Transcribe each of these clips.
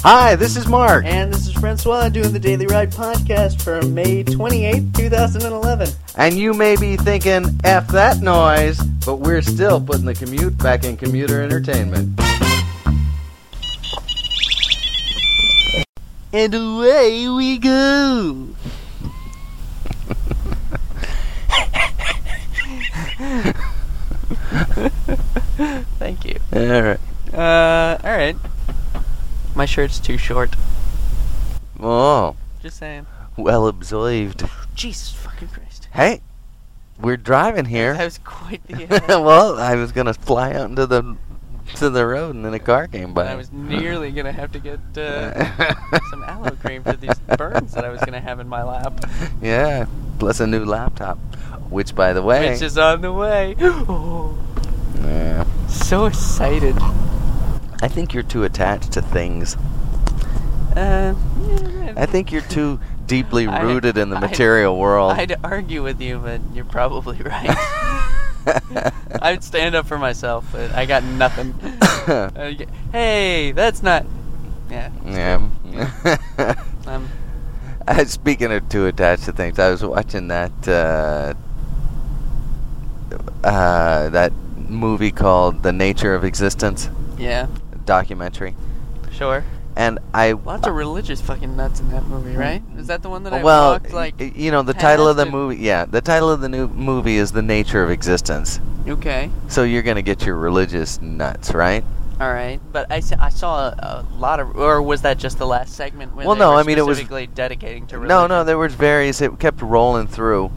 Hi, this is Mark. And this is Francois doing the Daily Ride podcast for May 28th, 2011. And you may be thinking, F that noise, but we're still putting the commute back in commuter entertainment. And away we go. Thank you. Alright. Uh, alright. My shirt's too short. Oh, Just saying. well observed. Jesus fucking Christ. Hey, we're driving That here. was quite the. Uh, well, I was gonna fly out into the to the road and then a car came by. I was nearly gonna have to get uh, some aloe cream for these burns that I was gonna have in my lap. Yeah, plus a new laptop, which by the way, Which is on the way. Oh, Yeah. so excited. I think you're too attached to things. Uh, I think you're too deeply I- rooted in the I- material world. I'd argue with you, but you're probably right. I'd stand up for myself, but I got nothing. Uh, y- hey, that's not. Yeah. Mm. yeah. Um, I- Speaking of too attached to things, I was watching that uh, uh, that movie called "The Nature of Existence" yeah. documentary, Sure. and I Lots of religious fucking nuts in that movie, right? Is that the one that I Mm. well, walked like? y- you know, the past title of the and- movie. Yeah, the title of the new movie is "The Nature of Existence." Okay. So you're gonna get your religious nuts, right? All right, but I, s- I saw a, a lot of, or was that just the last segment? When Well, they no, were I mean, it was- specifically dedicating to No, religion? no, there was various. It kept rolling through.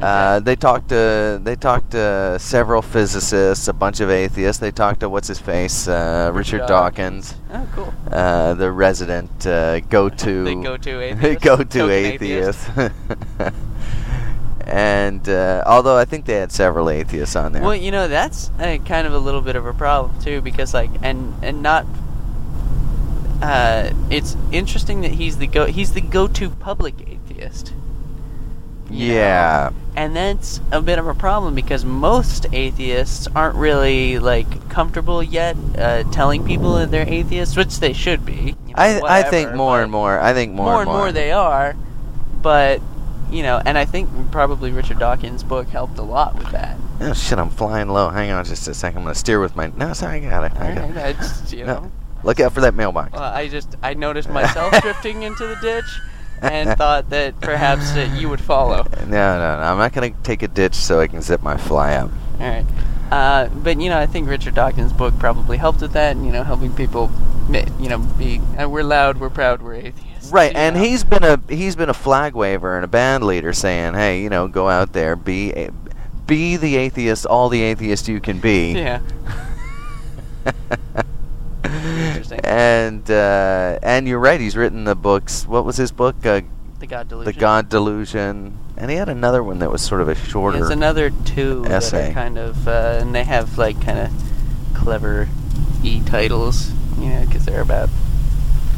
Uh, they talked to they talked to several physicists, a bunch of atheists. They talked to what's his face, uh, Richard Richard Dawkins, Oh, cool. uh, the resident uh, go to The go-to atheist? go to Token atheist. and uh, although I think they had several atheists on there. Well, you know that's uh, kind of a little bit of a problem too, because like, and and not. Uh, it's interesting that he's the go he's the go-to public atheist, you yeah, and that's a bit of a problem because most atheists aren't really like comfortable yet uh, telling people that they're atheists, which they should be. you know, I I think whatever, more but- and more. I think more, more and more they are but you know and i think probably richard dawkins book helped a lot with that Oh shit! I'm flying low. Hang on just a second. I'm gonna steer with my. No, sorry, I got it. I got Alright, it. I just you No. know Look out for that mailbox. well, Uh, i just i noticed myself drifting into the ditch and thought that perhaps that you would follow No, no, no. I'm not gonna take a ditch so I can zip my fly up. all right uh, but you know i think richard dawkins book probably helped with that you know helping people ma- you know be uh, we're loud we're proud we're atheists Right, you and know. he's been a he's been a flag waver and a band leader, saying, "Hey, you know, go out there, be a, be the atheist, all the atheist you can be." yeah Interesting. and uh, and you're right. He's written the books. What was his book? Uh, the god the delusion God Delusion, and he had another one that was sort of a shorter. It's another two that essay. are kind of, uh, and they have like kind of clever e titles, you know, because they're about.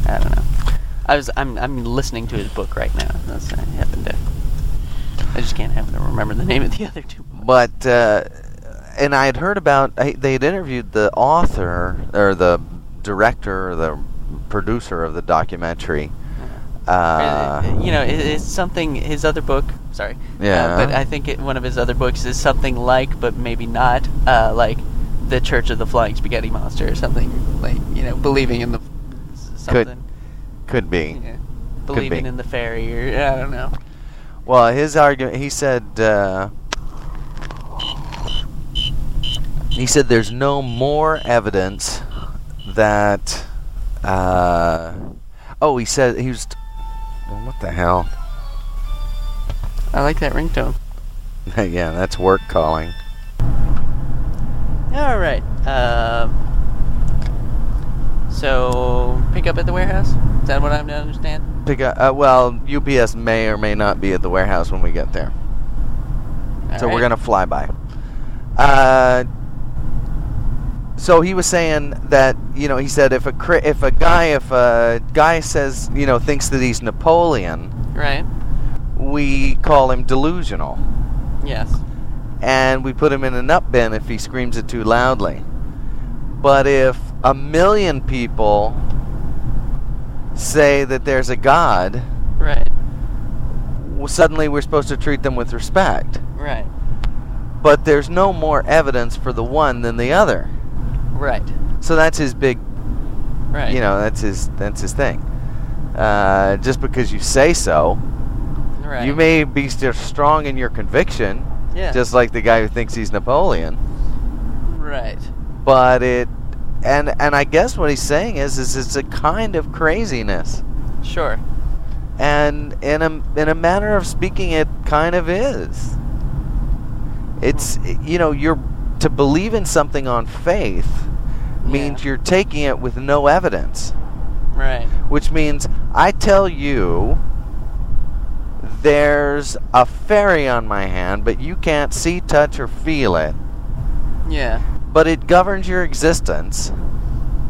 I don't know. I was I'm I'm listening to his book right now. That's I happen to. I just can't happen to remember the name of the other two books. But uh, and I had heard about I, they had interviewed the author or the director or the producer of the documentary. Uh, you know, it, it's something. His other book, sorry. uh, Yeah. but I think it, one of his other books is something like, but maybe not, uh, like, the Church of the Flying Spaghetti Monster or something like you know, believing in the s- Could- something. could be. Yeah. Believing be. in the fairy, or I don't know. Well, his argument, he said, uh, he said, there's no more evidence that, uh, oh, he said he was. well, what the hell? I like that ringtone. yeah, that's work calling. All right. Um, so pick up at the warehouse. Is that what I'm to understand? Pick up. Uh, well, UPS may or may not be at the warehouse when we get there, All so we're right. gonna fly by. Uh, so he was saying that you know he said if a cri- if a guy if a guy says you know thinks that he's Napoleon, right. we call him delusional, Yes. and we put him in an up bin if he screams it too loudly. But if a million people say that there's a god, Right. well, suddenly we're supposed to treat them with respect. Right. But there's no more evidence for the one than the other. Right. So that's his big, Right. you know, that's his that's his thing. Uh, just because you say so, Right. you may be still strong in your conviction, Yeah. just like the guy who thinks he's Napoleon. Right. But it, and and I guess what he's saying is, is it's a kind of craziness, Sure. and in a in a manner of speaking, it kind of is. It's Hmm. you know you're to believe in something on faith means Yeah. you're taking it with no evidence. Right. which means I tell you there's a fairy on my hand, but you can't see, touch, or feel it. Yeah. But it governs your existence,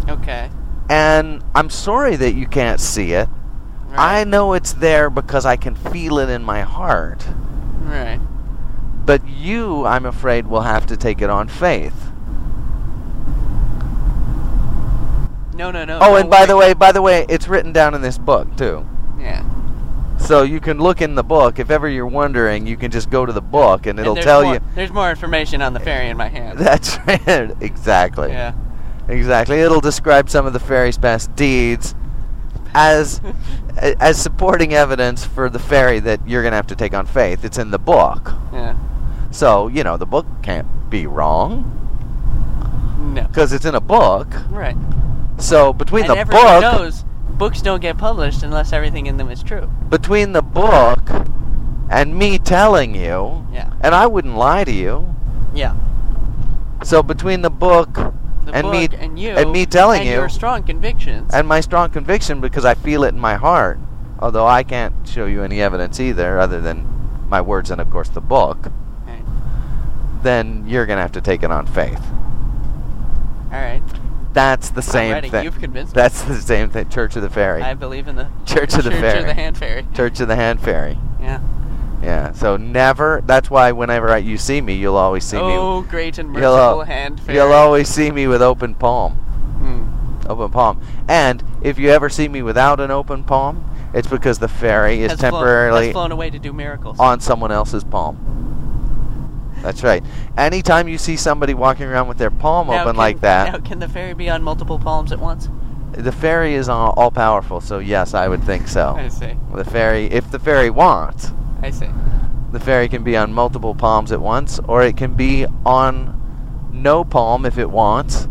Okay. and I'm sorry that you can't see it. I Right. know it's there because I can feel it in my heart. Right. But you, I'm afraid, will have to take it on faith. No, no, no. Oh, no and by the way, by the way, it's written down in this book too. Yeah. So you can look in the book if ever you're wondering. You can just go to the book, and And it'll there's tell more- you. There's more information on the fairy in my hand. That's right. Exactly. yeah. Exactly. It'll describe some of the fairy's past deeds as as supporting evidence for the fairy that you're going to have to take on faith. It's in the book. Yeah. So, you know, the book can't be wrong No. because it's in a book. Right. So, between and the everyone book knows books don't get published unless everything in them is true. between the book and me telling you, Yeah. and I wouldn't lie to you. Yeah. So, between the book The and book me and you and me telling and you your strong convictions. and my strong conviction because I feel it in my heart. Although I can't show you any evidence either, other than my words and, of course, the book, Right. then you're going to have to take it on faith. All right. That's the same Alrighty, thing. You've convinced me. That's the same thing. Church of the Fairy. I believe in the Church of the Church of Fairy. the Hand Fairy. Church of the Hand Fairy. Yeah. Yeah. So never. That's why whenever I, you see me, you'll always see oh, great and me. You'll, al- merciful Hand Fairy. you'll always see me with open palm. Mm. Open palm. And if you ever see me without an open palm, it's because the fairy is Has flown- temporarily has flown, away to do miracles. on someone else's palm. That's right. Anytime you see somebody walking around with their palm Now open can- like that, Now, can the fairy be on multiple palms at once? the fairy is all powerful. So yes, I would think so. I see. The fairy, if the fairy wants, I see. the fairy can be on multiple palms at once, or it can be on no palm if it wants,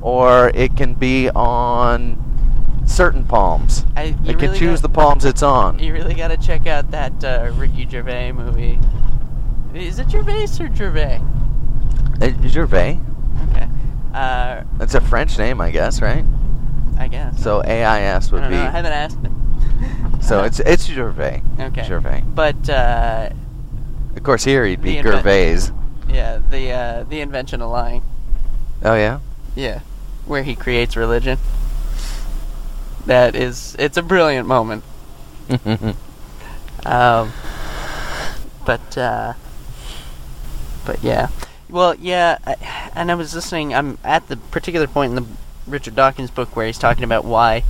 or it can be on certain palms. I, you it can really choose the got- palms it's on. You really got to check out that uh, Ricky Gervais movie. Is it Gervais or Gervais? Uh, Gervais. Okay. Uh, That's a French name, I guess, right? I guess. So AIS I would don't be. know. I haven't asked him. So it's it's Gervais. okay. Gervais. But uh, Of course, here he'd be The invent- Gervais. yeah, the uh, the invention of lying. Oh yeah. Yeah, where he creates religion. That is, it's a brilliant moment. Um, but uh, but yeah, well, yeah, I, and I was listening. I'm at the particular point in the Richard Dawkins book where he's talking about why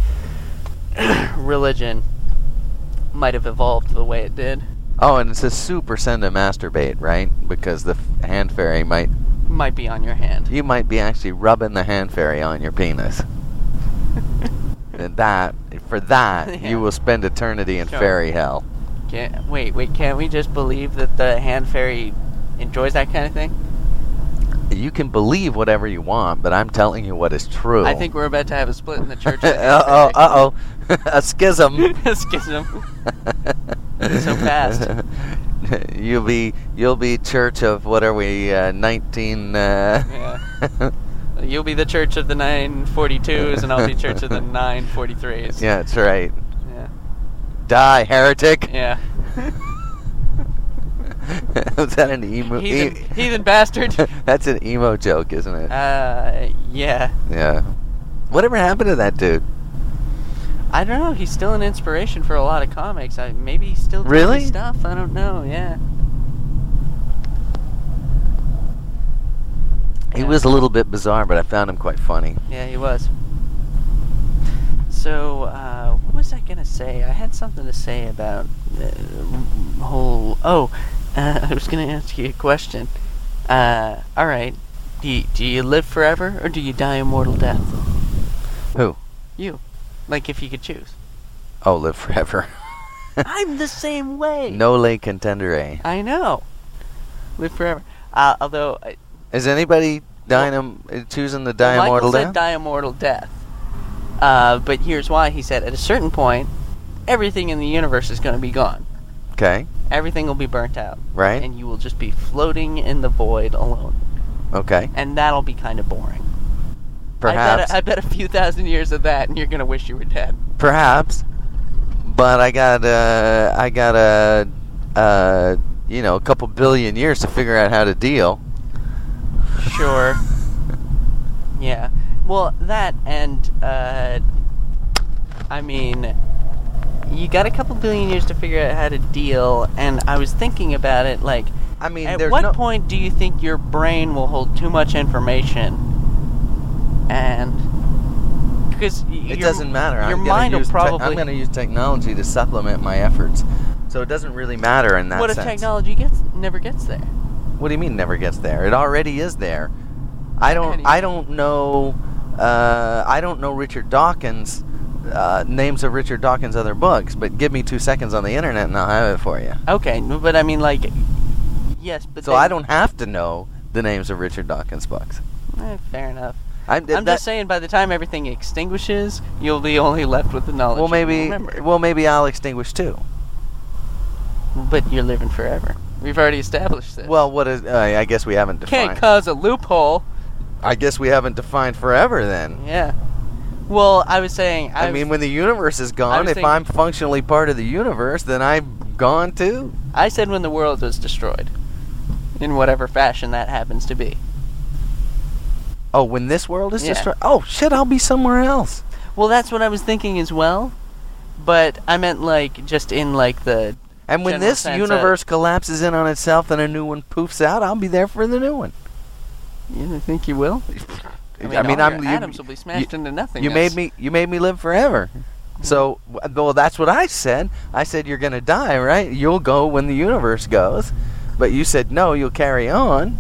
religion might have evolved the way it did. Oh, and it's a super send to masturbate, right? Because the f- hand fairy might Might be on your hand. you might be actually rubbing the hand fairy on your penis. and that for that Yeah. you will spend eternity in Sure. fairy hell. Can't, wait, wait, can't we just believe that the hand fairy enjoys that kind of thing? You can believe whatever you want, but I'm telling you what is true. I think we're about to have a split in the church. uh oh, uh oh, a schism. Schism. So fast. you'll be you'll be church of what are we uh, nineteen? Uh, yeah. You'll be the church of the 942s, and I'll be church of the 943s. that's right. Yeah. Die heretic. Yeah. Was that an emo? e-, Heathen- heathen bastard. that's an emo joke, isn't it? Uh, yeah. yeah. Whatever happened to that dude? I don't know. He's still an inspiration for a lot of comics. I maybe he's still doing Really? his stuff. I don't know. Yeah. He Yeah. was a little bit bizarre, but I found him quite funny. Yeah, he was. So, uh, what was I gonna say? I had something to say about the whole. Oh, uh, I was gonna ask you a question. Uh, all right. Do you, do you live forever or do you die a mortal death? Who? You. Like if you could choose. Oh, live forever. I'm the same way. Nole contendere. I know. Live forever. Uh, although I, Is anybody dying a- uh, choosing the die Michael a mortal said death? die a mortal death. Uh, but here's why. He said at a certain point, everything in the universe is going to be gone. okay, Everything will be burnt out, right? and you will just be floating in the void alone, okay, and that'll be kind of boring. perhaps, I bet, a, I bet a few thousand years of that, and you're going to wish you were dead. perhaps. But I got uh, I got a uh, uh, you know a couple billion years to figure out how to deal. Sure. yeah. Well, that and uh, I mean, you got a couple billion years to figure out how to deal. And I was thinking about it, like. I mean, At there's what no, point do you think your brain will hold too much information? And because it doesn't matter. Your I'm gonna mind will use te- probably. I'm going to use technology to supplement my efforts, so it doesn't really matter in that what if sense. technology gets never gets there? What do you mean never gets there? It already is there. I How do don't. you- I don't know. Uh, I don't know Richard Dawkins. Uh, names of Richard Dawkins' other books, but give me two seconds on the internet and I'll have it for you. Okay, no, but I mean, like, yes, but so then- I don't have to know the names of Richard Dawkins' books. Eh, fair enough. I'm, I'm just saying, by the time everything extinguishes, you'll be only left with the knowledge. Well, that you maybe. Remember. Well, maybe I'll extinguish too. But you're living forever. We've already established this. Well, what is? Uh, I guess we haven't can't defined. cause a loophole. I guess we haven't defined forever then. Yeah. Well, I was saying. I, I've- mean, when the universe is gone, was if thinking- I'm functionally part of the universe, then I'm gone too. I said when the world was destroyed, in whatever fashion that happens to be. Oh, when this world is Yeah. destroyed. Oh shit, I'll be somewhere else. Well, that's what I was thinking as well, but I meant like just in like the And when General this sense, uh, universe collapses in on itself and a new one poofs out, I'll be there for the new one. you think you will? I mean, all your atoms will be smashed into nothing. you made me you made me live forever. So w- well, that's what I said. I said you're gonna die, right? You'll go when the universe goes, but you said no. You'll carry on.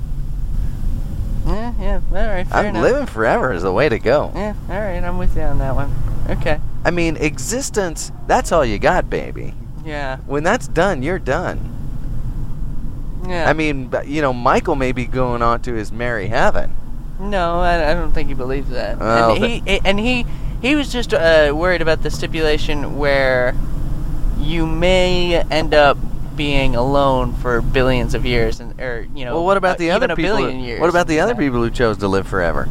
Yeah, yeah. All right, fair I'm enough. living forever is the way to go. Yeah, all right. I'm with you on that one. Okay. I mean, existence. That's all you got, baby. Yeah. When that's done, you're done. Yeah. I mean, but, you know, Michael may be going on to his merry heaven. No, I, I don't think he believes that. Well, and he and he he was just uh, worried about the stipulation where you may end up being alone for billions of years, and or you know. well, what about uh, the even other a people? Billion who- years what about the Yeah. other people who chose to live forever?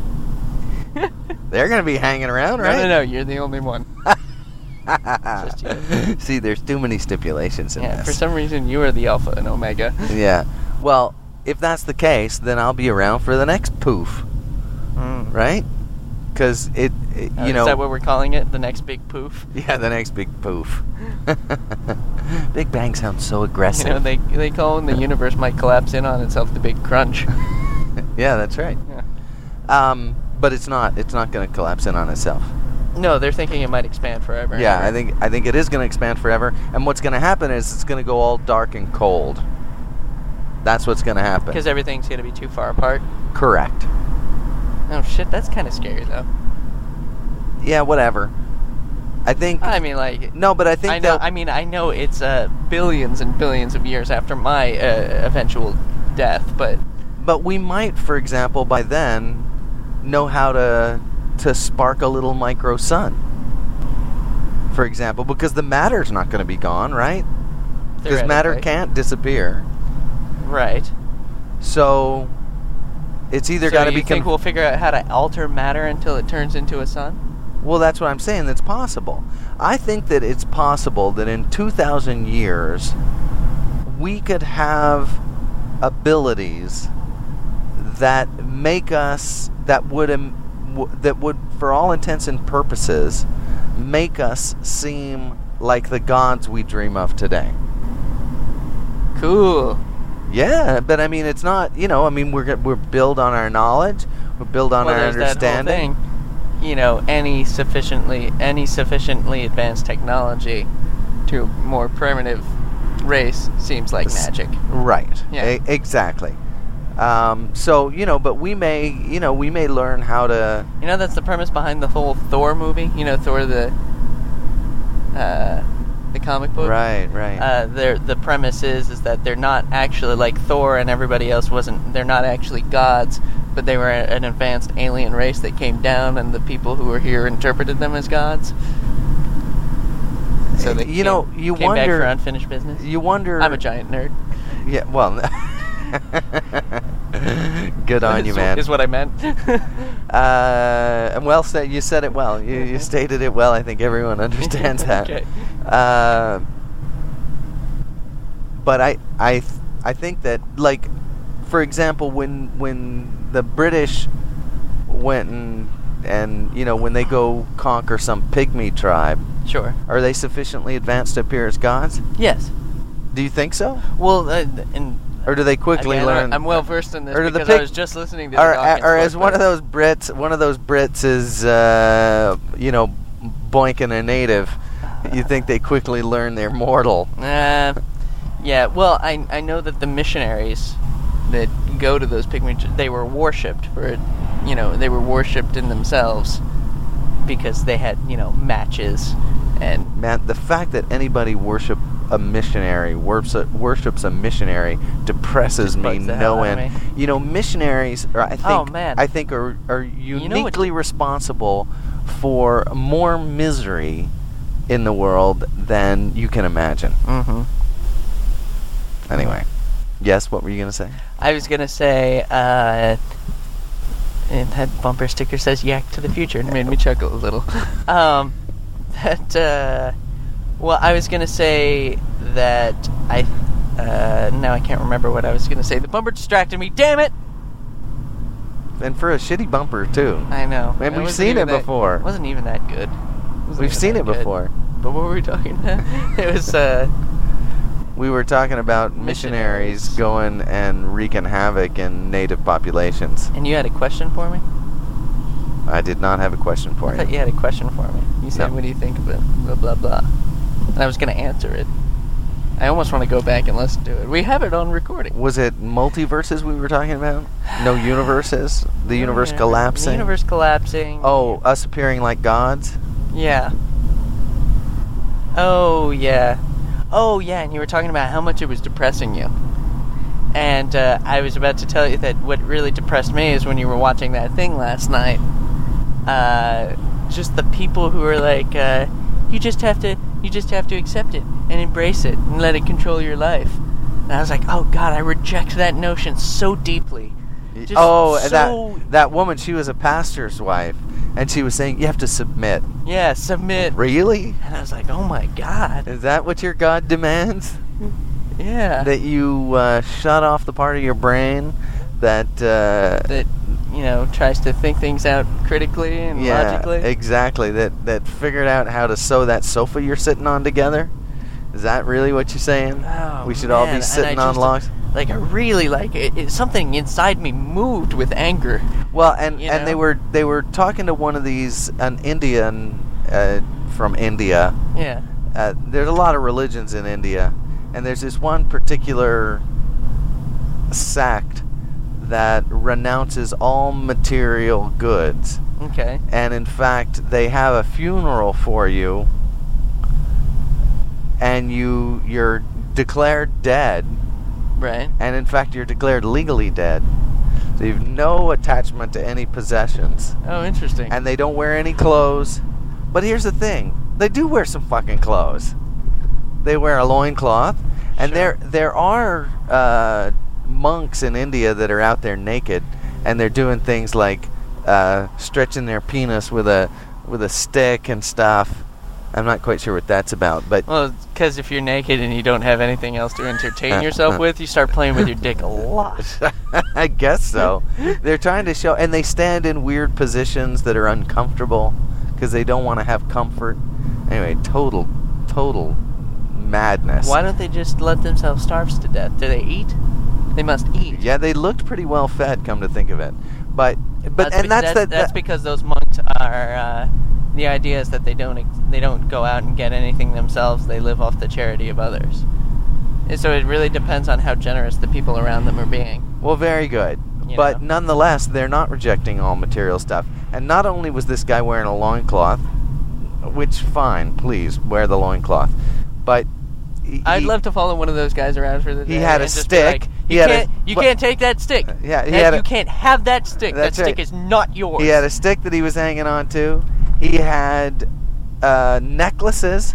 They're going to be hanging around, No, no, right? no. You're the only one. just you. See, there's too many stipulations in yeah. For this. some reason, you are the alpha and omega. yeah. Well, if that's the case, then I'll be around for the next poof, Mm. right? Because it, it- Uh, you know, Is that what we're calling it? The next big poof. yeah, the next big poof. big Bang sounds so aggressive. You know, they they call when the universe might collapse in on itself the big crunch. yeah, that's right. Yeah. Um, but it's not. It's not going to collapse in on itself. No, they're thinking it might expand forever. and Yeah, ever. I think I think it is going to expand forever. And what's going to happen is it's going to go all dark and cold. That's what's going to happen. Because everything's going to be too far apart. Correct. Oh shit, that's kind of scary though. Yeah, whatever. I think I mean, like, no, but I think I know. they'll- I mean, I know it's uh, billions and billions of years after my uh, eventual death, but but we might, for example, by then know how to to spark a little micro sun. For example, because the matter's not going to be gone, right? Because matter theoretically- can't disappear. Right. So it's either so got to you be think conf- we'll figure out how to alter matter until it turns into a sun? Well, that's what I'm saying. That's possible. I think that it's possible that in 2,000 years, we could have abilities that make us that would im- w- that would, for all intents and purposes, make us seem like the gods we dream of today. Cool. Yeah, but I mean, it's not. You know, I mean, we're g- we're build on our knowledge, we're build on well, our there's that whole understanding. thing. you know any sufficiently any sufficiently advanced technology to a more primitive race seems like S- magic. Right. Yeah. E- exactly. Um, so you know, but we may, you know, we may learn how to. You know that's the premise behind the whole Thor movie. You know Thor the uh, the comic book. Right. Right. Uh, their the premise is is that they're not actually like Thor and everybody else wasn't. They're not actually gods, but they were a- an advanced alien race that came down, and the people who were here interpreted them as gods. So they You came- know, you came back wonder- for unfinished business. you wonder. I'm a giant nerd. Yeah. Well. good on you, Is- man. Is what I meant. Uh, well said. You said it well. You, you stated it well. I think everyone understands that. Mm-hmm. Okay. Uh, but I, I, th- I think that like, for example, when when the British went and and you know when they go conquer some pygmy tribe, sure. are they sufficiently advanced to appear as gods? Yes. Do you think so? Well, uh, th- and Or do they quickly again, I- learn? I'm well versed in this or do the because I pic- was just listening to. the or, Dawkins or as one of book. those Brits, one of those Brits is, uh, you know, boinking a native. You think they quickly learn they're mortal? Uh, yeah. Well, I I know that the missionaries that go to those pygmy ch- they were worshipped for, you know, they were worshipped in themselves because they had you know matches and Man, the fact that anybody worship a missionary, worships a, worships a missionary, depresses Just me bugs the hell no out of end. You know, missionaries, are, I think, Oh, man. I think are are You know what- uniquely responsible for more misery in the world than you can imagine. Mm-hmm. Anyway, yes, what were you gonna say? I was gonna say. Uh, and that bumper sticker says "Yak to the future" and made me chuckle a little. Um, that uh, well, I was gonna say that I uh, now I can't remember what I was gonna say. The bumper distracted me. Damn it! And for a shitty bumper too. I know. And It we've wasn't seen even it that- before. It wasn't even that good. wasn't We've even seen that it good. before. But what were we talking about? it was uh, We were talking about missionaries Missionaries. going and wreaking havoc in native populations. and you had a question for me. I did not have a question for I thought you. you had a question for me. You said, No. "What do you think about blah blah blah?" And I was gonna answer it. I almost want to go back and listen to it. We have it on recording. Was it multiverses we were talking about? No universes? The universe Yeah, collapsing? The universe collapsing. Oh, us appearing like gods? Yeah. Oh yeah. Oh yeah, and you were talking about how much it was depressing you. And uh, I was about to tell you that what really depressed me is when you were watching that thing last night. Uh, just the people who are like, uh, you just have to, you just have to accept it and embrace it and let it control your life. And I was like, oh God, I reject that notion so deeply. Just oh, and so- that that woman, she was a pastor's wife, and she was saying you have to submit. Yeah, submit. Really? And I was like, oh my God. Is that what your God demands? Yeah. That you uh, shut off the part of your brain that uh, that you know tries to think things out critically and logically. exactly. That that figured out how to sew that sofa you're sitting on together. Is that really what you're saying? Oh, we should all man, be and I sitting on just- logs. Like I really like it, it- Something inside me moved with anger. Well, and you and they know. were they were talking to one of these an Indian uh, from India. Yeah. Uh, there's a lot of religions in India, and there's this one particular sect that renounces all material goods. Okay. and in fact they have a funeral for you and you you're declared dead Right. and in fact you're declared legally dead so you've no attachment to any possessions Oh, interesting. and they don't wear any clothes but here's the thing they do wear some fucking clothes they wear a loincloth and Sure. there there are uh, monks in India that are out there naked and they're doing things like uh, stretching their penis with a with a stick and stuff I'm not quite sure what that's about but well, because if you're naked and you don't have anything else to entertain yourself with, you start playing with your dick a lot. I guess so they're trying to show and they stand in weird positions that are uncomfortable because they don't want to have comfort anyway total total madness Why don't they just let themselves starve to death? Do they eat? They must eat. Yeah, they looked pretty well fed, come to think of it. But but and that's be- that's, the, that's that- because those monks are. Uh, the idea is that they don't ex- they don't go out and get anything themselves. They live off the charity of others. And so it really depends on how generous the people around them are being. Well, very good. You But know. nonetheless, they're not rejecting all material stuff. And not only was this guy wearing a loincloth, which, fine, please wear the loincloth. But. He, I'd he- love to follow one of those guys around for the He day had a and just be like, stick. He you had a- can't, you but- can't take that stick. Yeah, he That- had a- you can't have that stick. That's that stick right. is not yours. He had a stick that he was hanging on to. He had uh, necklaces.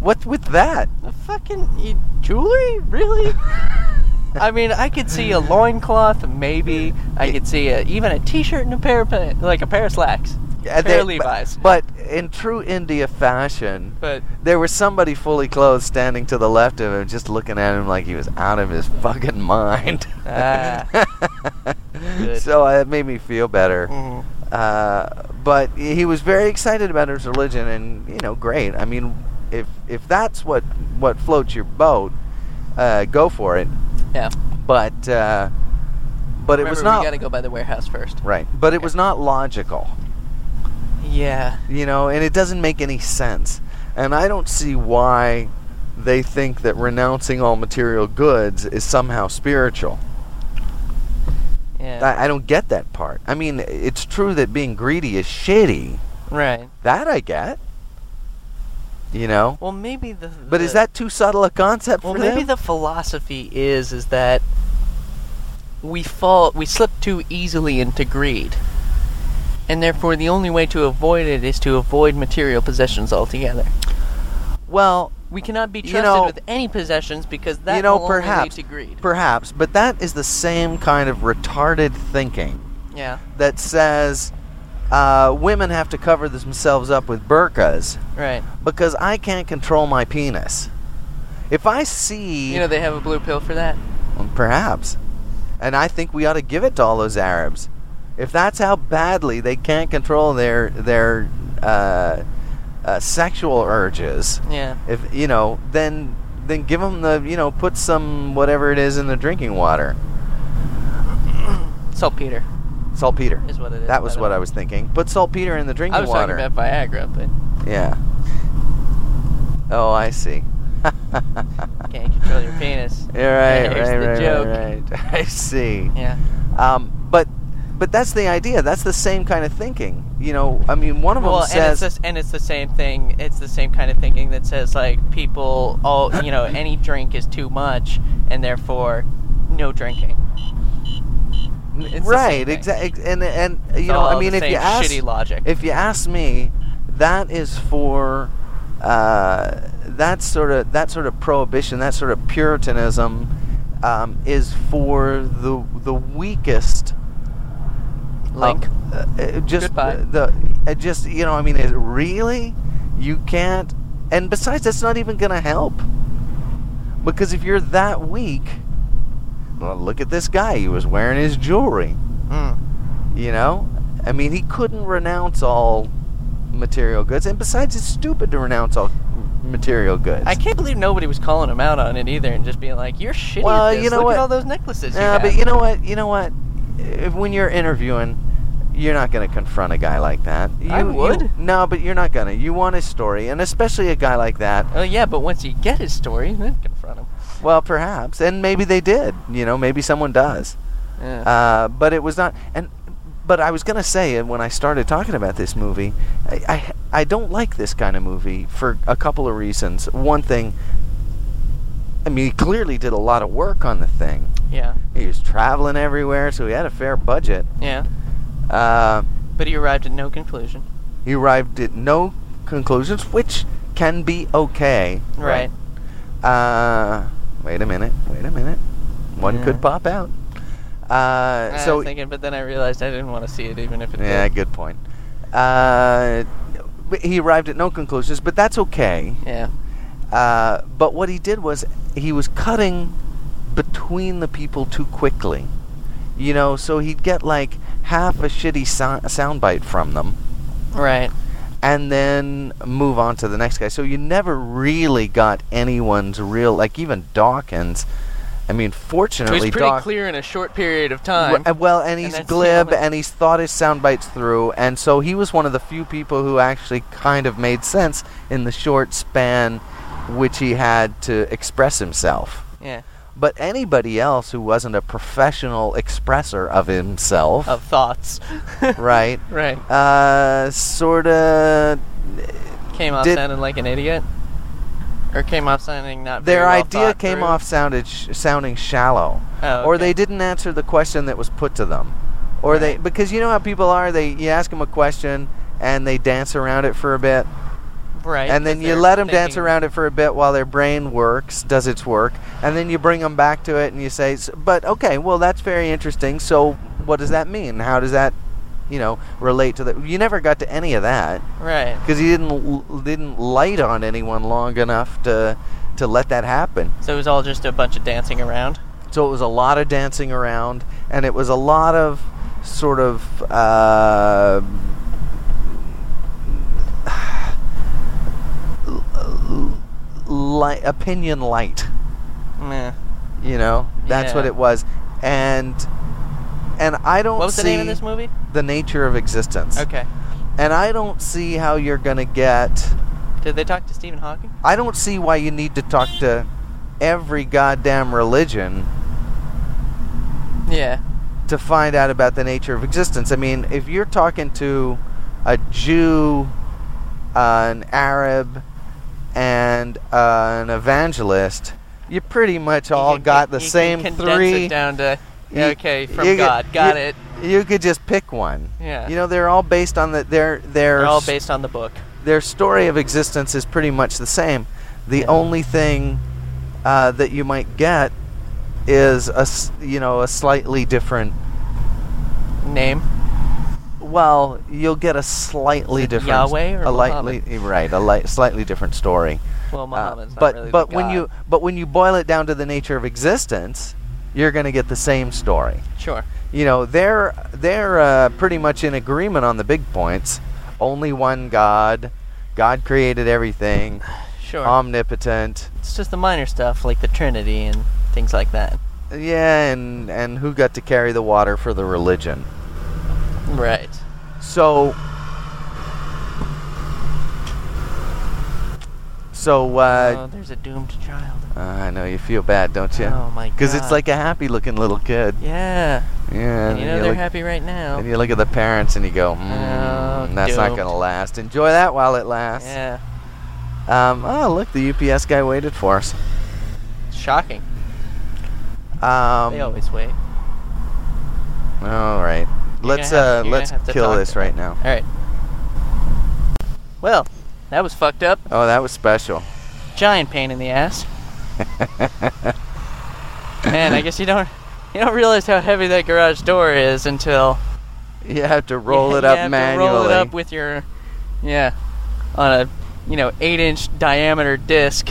What's with that? A fucking you, jewelry? Really? I mean, I could see a loincloth, maybe. I could see a, even a T-shirt and a pair of pa- like a pair of slacks, Yeah, pair of they- Levi's. But in true India fashion, But there was somebody fully clothed standing to the left of him, just looking at him like he was out of his fucking mind. Ah. Good. so uh, it made me feel better. mm, Uh, but he was very excited about his religion, and you know, great. I mean, if if that's what what floats your boat, uh, go for it. yeah, But uh, but it Remember, was not We gotta go by the warehouse first. right. But it Okay. was not logical, Yeah, you know, and it doesn't make any sense. And I don't see why they think that renouncing all material goods is somehow spiritual. yeah, I, I don't get that part. I mean, it's true that being greedy is shitty. right. That I get. You know? Well, maybe the. But is the- that too subtle a concept Well, for maybe them? the philosophy is is that we fall, we slip too easily into greed, and therefore the only way to avoid it is to avoid material possessions altogether. well, We cannot be You trusted know- with any possessions because that you know, will perhaps, only lead to greed. perhaps, but that is the same kind of retarded thinking yeah, that says uh, women have to cover themselves up with burqas right. because I can't control my penis. If I see, You know they have a blue pill for that. perhaps, and I think we ought to give it to all those Arabs. If that's how badly they can't control their their uh, uh, sexual urges, Yeah, if you know then then give them the you know put some whatever it is in the drinking water saltpeter saltpeter is what it is. that was by the what way. i was thinking put saltpeter in the drinking I was water talking about Viagra, but yeah oh i see can't control your penis. yeah, right, There's right, the right, joke. right, right. I see. Yeah, Um, but, but that's the idea. That's the same kind of thinking. You know, I mean, one of well, them says, and it's, the, and it's the same thing. It's the same kind of thinking that says like people, all you know, any drink is too much, and therefore, no drinking. it's the same right, thing. exactly. And and It's you know, all I mean, the if same you ask, shitty logic. if you ask me, that is for uh, that sort of that sort of prohibition, that sort of puritanism, um, is for the the weakest Link. Uh, uh, just Goodbye. the uh, just you know, I mean, it, really, you can't. And besides, that's not even going to help because if you're that weak, well, look at this guy. He was wearing his jewelry. Mm. You know? I mean, he couldn't renounce all material goods. And besides, it's stupid to renounce all material goods. I can't believe nobody was calling him out on it either, and just being like, "You're shitty." Well, at this. you know Look what? at all those necklaces. Yeah, you but have." you know what? You know what? If, when you're interviewing, you're not going to confront a guy like that. You, I would. You, no, but you're not going to. You want his story, and especially a guy like that. Oh yeah, but once you get his story, then confront him. Well, perhaps, and maybe they did. You know, maybe someone does. Yeah. Uh, but it was not. And but I was gonna say and when I started talking about this movie, I, I I don't like this kind of movie for a couple of reasons. One thing, I mean, he clearly did a lot of work on the thing. yeah. He was traveling everywhere, so he had a fair budget. Yeah. Uh, But he arrived at no conclusion. he arrived at no conclusions, which can be okay. Right. Uh, wait a minute. Wait a minute. One Yeah. could pop out. Uh, I so was thinking, but then I realized I didn't want to see it, even if it. Yeah, Did. good point. Uh, but he arrived at no conclusions, but that's okay. Yeah. Uh, but what he did was he was cutting between the people too quickly. You know, so he'd get like half a shitty so- soundbite from them Right. and then move on to the next guy. So you never really got anyone's real, like even Dawkins I mean, So fortunately, he's pretty Doc. clear in a short period of Well, time. uh, Well, and he's that's the glib, element. and he's thought his sound bites through, and so he was one of the few people who actually kind of made sense in the short span which he had to express himself. Yeah. But anybody else who wasn't a professional expresser of himself, Of thoughts. right, right. uh, sort of. Came off Did- sounding like an idiot, or came off sounding not. very Their well idea thought came through? off sounded sh- sounding shallow. Oh, or okay. they didn't answer the question that was put to them or they Right. because you know how people are they you ask them a question and they dance around it for a bit Right. and then 'cause you they're let them dance thinking- around it for a bit while their brain works does its work and then you bring them back to it and you say "S- but okay well that's very interesting so what does that mean how does that you know relate to the you never got to any of that Right. because you didn't l- didn't light on anyone long enough to to let that happen So it was all just a bunch of dancing around. so it was a lot of dancing around, and it was a lot of sort of. Uh, Light, opinion light, Meh. you know that's Yeah. what it was, and and I don't. What was see the name of this movie? The nature of existence. Okay. And I don't see how you're gonna get. Did they talk to Stephen Hawking? I don't see why you need to talk to every goddamn religion Yeah. to find out about the nature of existence. I mean, if you're talking to a Jew, uh, an Arab, and uh, an evangelist, you pretty much You all can- got you the can same condense three. It down to You- okay from you- God. Got you- it. You could just pick one. Yeah. You know, they're all based on the their their They're all s- based on the book. their story of existence is pretty much the same. The Yeah. only thing uh, that you might get is a s- you know a slightly different Name. Well, you'll get a slightly Is it different Yahweh or a lightly eh, right a li- slightly different story. Well, Uh, Muhammad's not but really the but when you God. but when you boil it down to the nature of existence, you're going to get the same story. Sure. You know, they're they're uh, pretty much in agreement on the big points. Only one God. God created everything. Sure. Omnipotent. it's just the minor stuff like the Trinity and things like that. Yeah, and and who got to carry the water for the religion? Right. So. So, oh, uh, there's a doomed child. uh, I know you feel bad, don't you? Oh my god. Because it's like a happy looking little kid. Yeah. Yeah. And you know they're look, happy right now. And you look at the parents and you go, mm, Oh, that's not doomed. going to last. Enjoy that while it lasts. Yeah. Um, oh, look, the UPS guy waited for us. Shocking. Um, they always wait. All right. You're Let's, gonna have- you're uh, gonna let's have to kill talk this to right them. now. All right. Well, that was fucked up. Oh, that was special. Giant pain in the ass. Man, I guess you don't you don't realize how heavy that garage door is until you have to roll you, it up have to manually. Roll it up with your yeah on a you know eight inch diameter disc,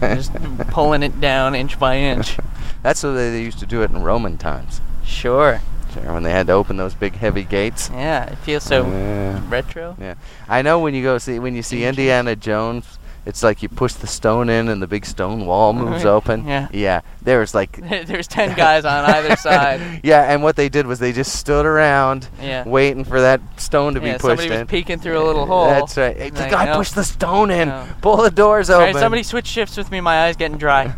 just pulling it down inch by inch. That's the way they used to do it in Roman times. Sure. Sure, when they had to open those big heavy gates. Yeah, it feels so Yeah. retro. Yeah. I know when you go see when you see Ancient. Indiana Jones, it's like you push the stone in and the big stone wall moves open. Yeah. Yeah. There was like There's ten guys on either side. yeah, and what they did was they just stood around Yeah. waiting for that stone to be yeah, pushed somebody in. was peeking through a little hole. That's right. Hey, the Like, guy no. pushed the stone in. No. Pull the doors All open. right, somebody switch shifts with me. My eyes getting dry.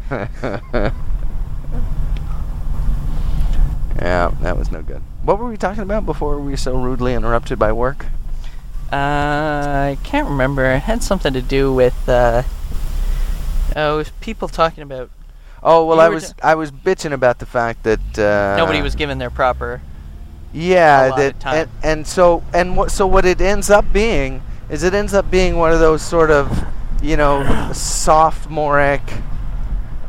yeah, that was no good. What were we talking about before we were so rudely interrupted by work? Uh, I can't remember. It had something to do with uh, oh, it was people talking about Oh well, You I were was ta- I was bitching about the fact that uh, nobody was given their proper a Yeah, lot that of time. and, and so and what so what it ends up being is it ends up being one of those sort of you know sophomoric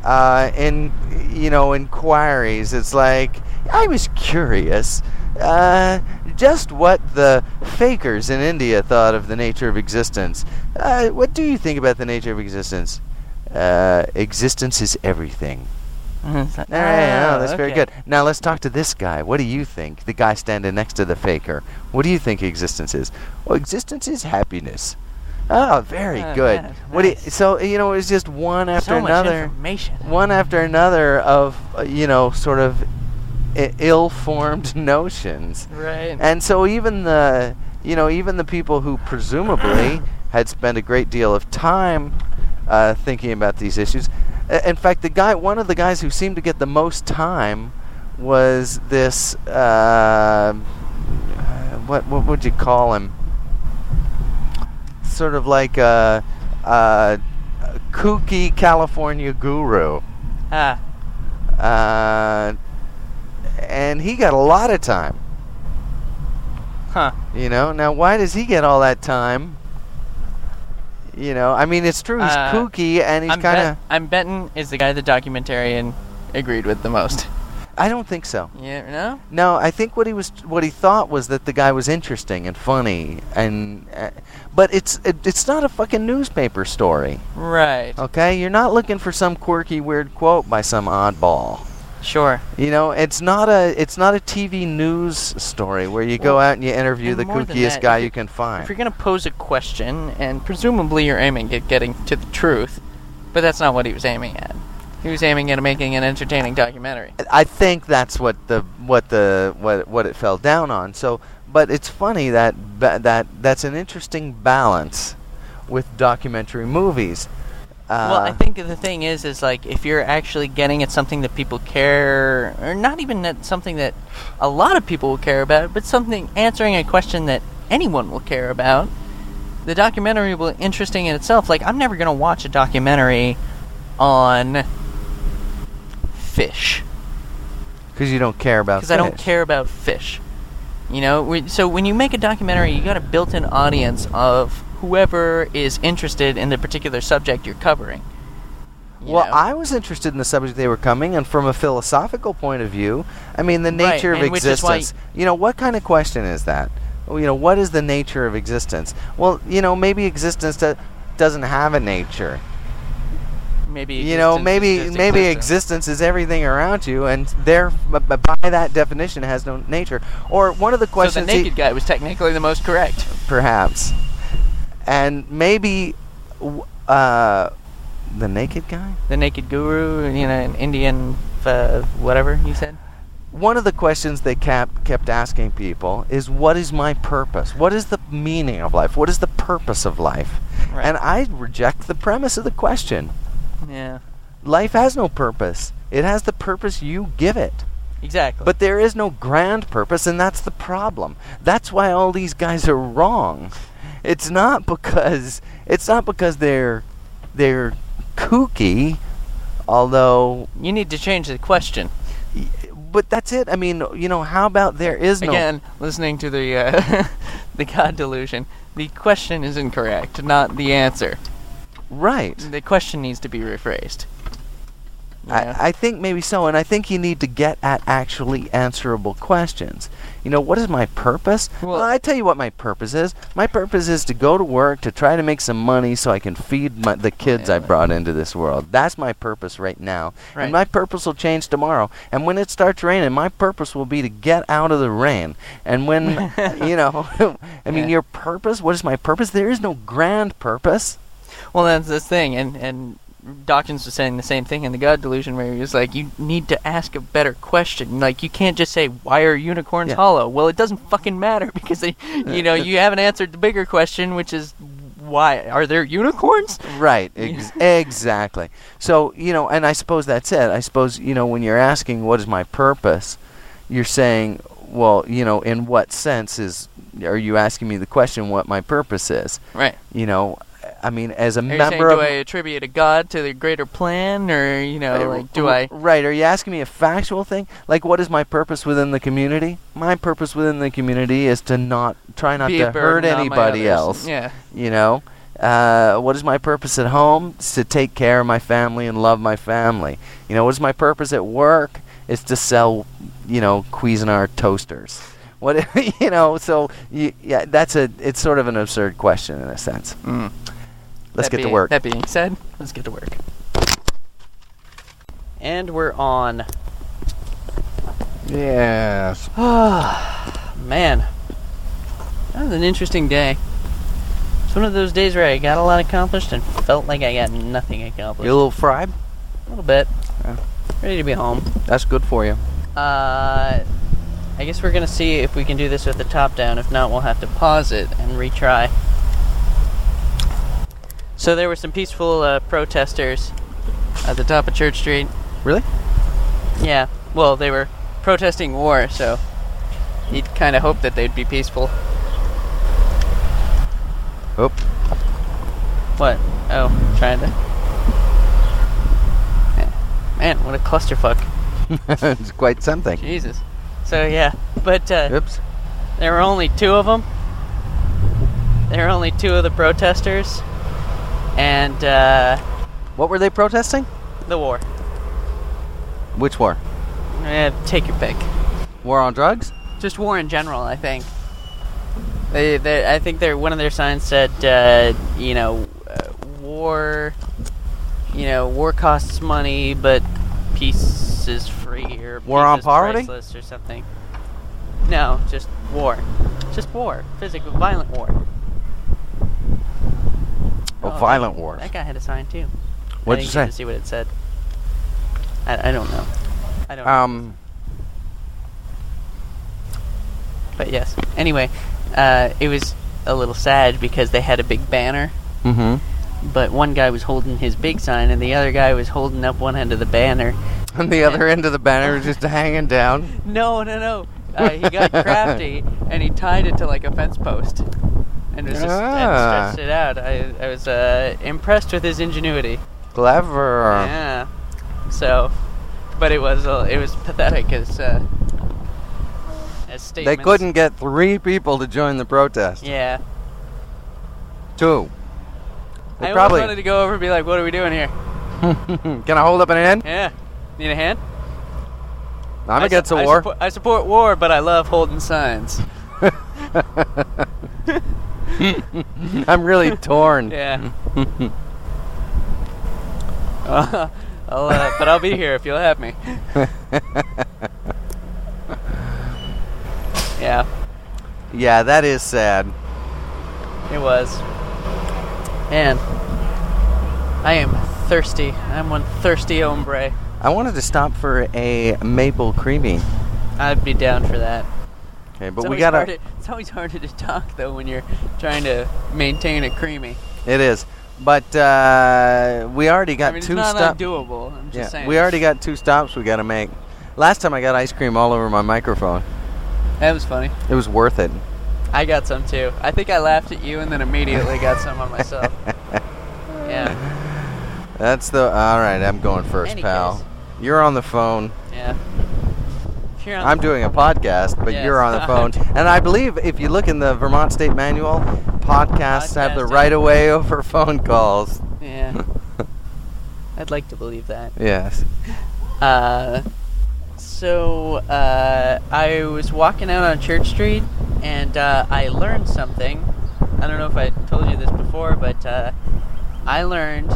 uh, in you know inquiries. It's like I was curious. Uh, just what the fakers in India thought of the nature of existence. Uh, what do you think about the nature of existence? Uh, existence is everything. It's like, All right, "Oh, oh, that's very okay." good. Now let's talk to this guy. What do you think? The guy standing next to the faker. What do you think existence is? Well, existence is Oh, happiness. Oh, very Oh, good. man, What do you, nice. so you know it was just one after so much another, information. one after another of uh, you know sort of I- ill-formed notions. Right. And so even the you know even the people who presumably had spent a great deal of time uh, thinking about these issues. i- In fact, the guy one of the guys who seemed to get the most time was this uh, what what would you call him? Sort of like a, a kooky California guru. ah, Uh, and he got a lot of time. huh. You know, now why does he get all that time? You know, I mean, it's true he's Uh, kooky and he's I'm, kind bet- of. I'm betting is the guy the documentarian agreed with the most. I don't think so. Yeah, no? No, I think what he was, what he thought was that the guy was interesting and funny, and uh, but it's it, it's not a fucking newspaper story, Right. okay? You're not looking for some quirky, weird quote by some oddball. Sure. You know, it's not a it's not a TV news story where you go Well, out and you interview and the more than kookiest that, guy if you- you can find. If you're going to pose a question, and presumably you're aiming at getting to the truth, but that's not what he was aiming at. He was aiming at making an entertaining documentary. I think that's what the what the what what it fell down on. So, but it's funny that ba- that that's an interesting balance with documentary movies. Uh, well, I think the thing is, is like if you're actually getting at something that people care, or not even at something that a lot of people will care about, but something answering a question that anyone will care about, the documentary will be interesting in itself. Like I'm never gonna watch a documentary on fish because you don't care about because I don't fish. care about fish. You know, we, so when you make a documentary, you got a built-in audience of whoever is interested in the particular subject you're covering. you Well, know? I was interested in the subject they were coming, and from a philosophical point of view, I mean the Right, nature and of which is why- existence. You know, what kind of question is that? Well, You know, what is the nature of existence? Well, you know, maybe existence do- doesn't have a nature. maybe you know existence is maybe just maybe existence. existence is everything around you and there b- b- by that definition has no nature or one of the so questions e the he- naked guy was technically the most correct perhaps and maybe w- uh, the naked guy the naked guru you know an indian uh, whatever you said one of the questions they kept kept asking people is what is my purpose what is the meaning of life what is the purpose of life Right. and i reject the premise of the question yeah life has no purpose it has the purpose you give it exactly But there is no grand purpose, and that's the problem. That's why all these guys are wrong. It's not because it's not because they're they're kooky, although. you need to change the question y- But that's it. I mean, you know, how about there is no again listening to the uh, the god delusion the question is incorrect not the answer right? the question needs to be rephrased Yeah. I, I think maybe so, and I think you need to get at actually answerable questions. You know, what is my purpose? Well, Well- I tell you what my purpose is. My purpose is to go to work to try to make some money so I can feed my, the kids I Oh, Yeah. brought into this world. That's my purpose right now, Right. and my purpose will change tomorrow. And when it starts raining, my purpose will be to get out of the rain. And when you know, I mean, Yeah. your purpose. What is my purpose? There is no grand purpose. Well, that's the thing, and and Dawkins was saying the same thing in the God Delusion, where he was like, "You need to ask a better question. Like, you can't just say why are unicorns Yeah. hollow. Well, it doesn't fucking matter because they, you know you haven't answered the bigger question, which is why are there unicorns? Right, ex- exactly. So, you know, and I suppose that's it. I suppose, you know, when you're asking what is my purpose, you're saying, well, you know, in what sense is are you asking me the question what my purpose is? Right. You know, I mean, as a Are you saying, member do I of attribute a god to the greater plan, or you know, like, do I? Right, are you asking me a factual thing? Like what is my purpose within the community? My purpose within the community is to not try not be to a hurt burden on my anybody others? else Yeah. you know uh, what is my purpose at home it's to take care of my family and love my family you know what is my purpose at work is to sell you know cuisinart toasters what you know so y yeah that's a it's sort of an absurd question in a sense Mm. let's get That to being- work That being said, let's get to work. And we're on. Yes. Man, that was an interesting day. It's one of those days where I got a lot accomplished and felt like I got nothing accomplished. You're a little fried. a little bit. Yeah. Ready to be home. That's good for you. Uh, I guess we're gonna see if we can do this with the top down. If not, we'll have to pause it and retry. So there were some peaceful uh, protesters at the top of Church Street. Really? Yeah. Well, they were protesting war, so you'd kind of hope that they'd be peaceful. Oh, What? Oh, trying to. Yeah. Man, what a clusterfuck. it's quite something. Jesus. So yeah, but uh, Oops. There were only two of them. There were only two of the protesters, and uh, What were they protesting? the war. Which war? Eh, take your pick. War on drugs? Just war in general, I think. They, they, I think their one of their signs said, uh, you know, uh, war. You know, war costs money, but peace is free, or War peace on is poverty? priceless or something. No, just war, just war, physical, violent war. Oh, Oh, violent wars. That guy had a sign too. I What'd you didn't get say? To see what it said. I, I don't know. I don't. know. Um, But yes. Anyway, uh, it was a little sad because they had a big banner, mm-hmm. but one guy was holding his big sign and the other guy was holding up one end of the banner. And the other end of the banner was just hanging down. No, no, no. Uh, he got crafty and he tied it to like a fence post and was just Ah. and stretched it out. I, I was uh, impressed with his ingenuity. Clever. Yeah. So, but it was uh, it was pathetic as uh, as They statements. couldn't get three people to join the protest. Yeah. Two. They I always probably. wanted to go over and be like, "What are we doing here?" Can I hold up an end? Yeah. Need a hand? I'm I against su- a I war. suppo- I support war, but I love holding signs. I'm really torn. Yeah. Uh, I'll, uh, but I'll be here if you'll have me. yeah, Yeah, that is sad. it was. Man, I am thirsty. I'm one thirsty hombre. I wanted to stop for a maple creamy. I'd be down for that. Okay, It's but we always gotta. harder- it's always harder to talk though when you're trying to maintain a creamy. It is. But uh, we already got I mean, it's two not uh, stops. undoable. I'm just saying. we already got two stops we got to make. Last time I got ice cream all over my microphone. That was funny. It was worth it. I got some too. I think I laughed at you and then immediately got some on myself. yeah, That's the all right. I'm going first, Any pal. case. You're on the phone. yeah. If you're on I'm the- doing a podcast, but Yeah, you're on the phone. stop. And I believe if you look in the Vermont State Manual, podcasts have the Podcasts. right of way over phone calls. Yeah. I'd like to believe that. Yes. Uh, so uh, I was walking out on Church Street, and uh, I learned something. I don't know if I told you this before, but uh, I learned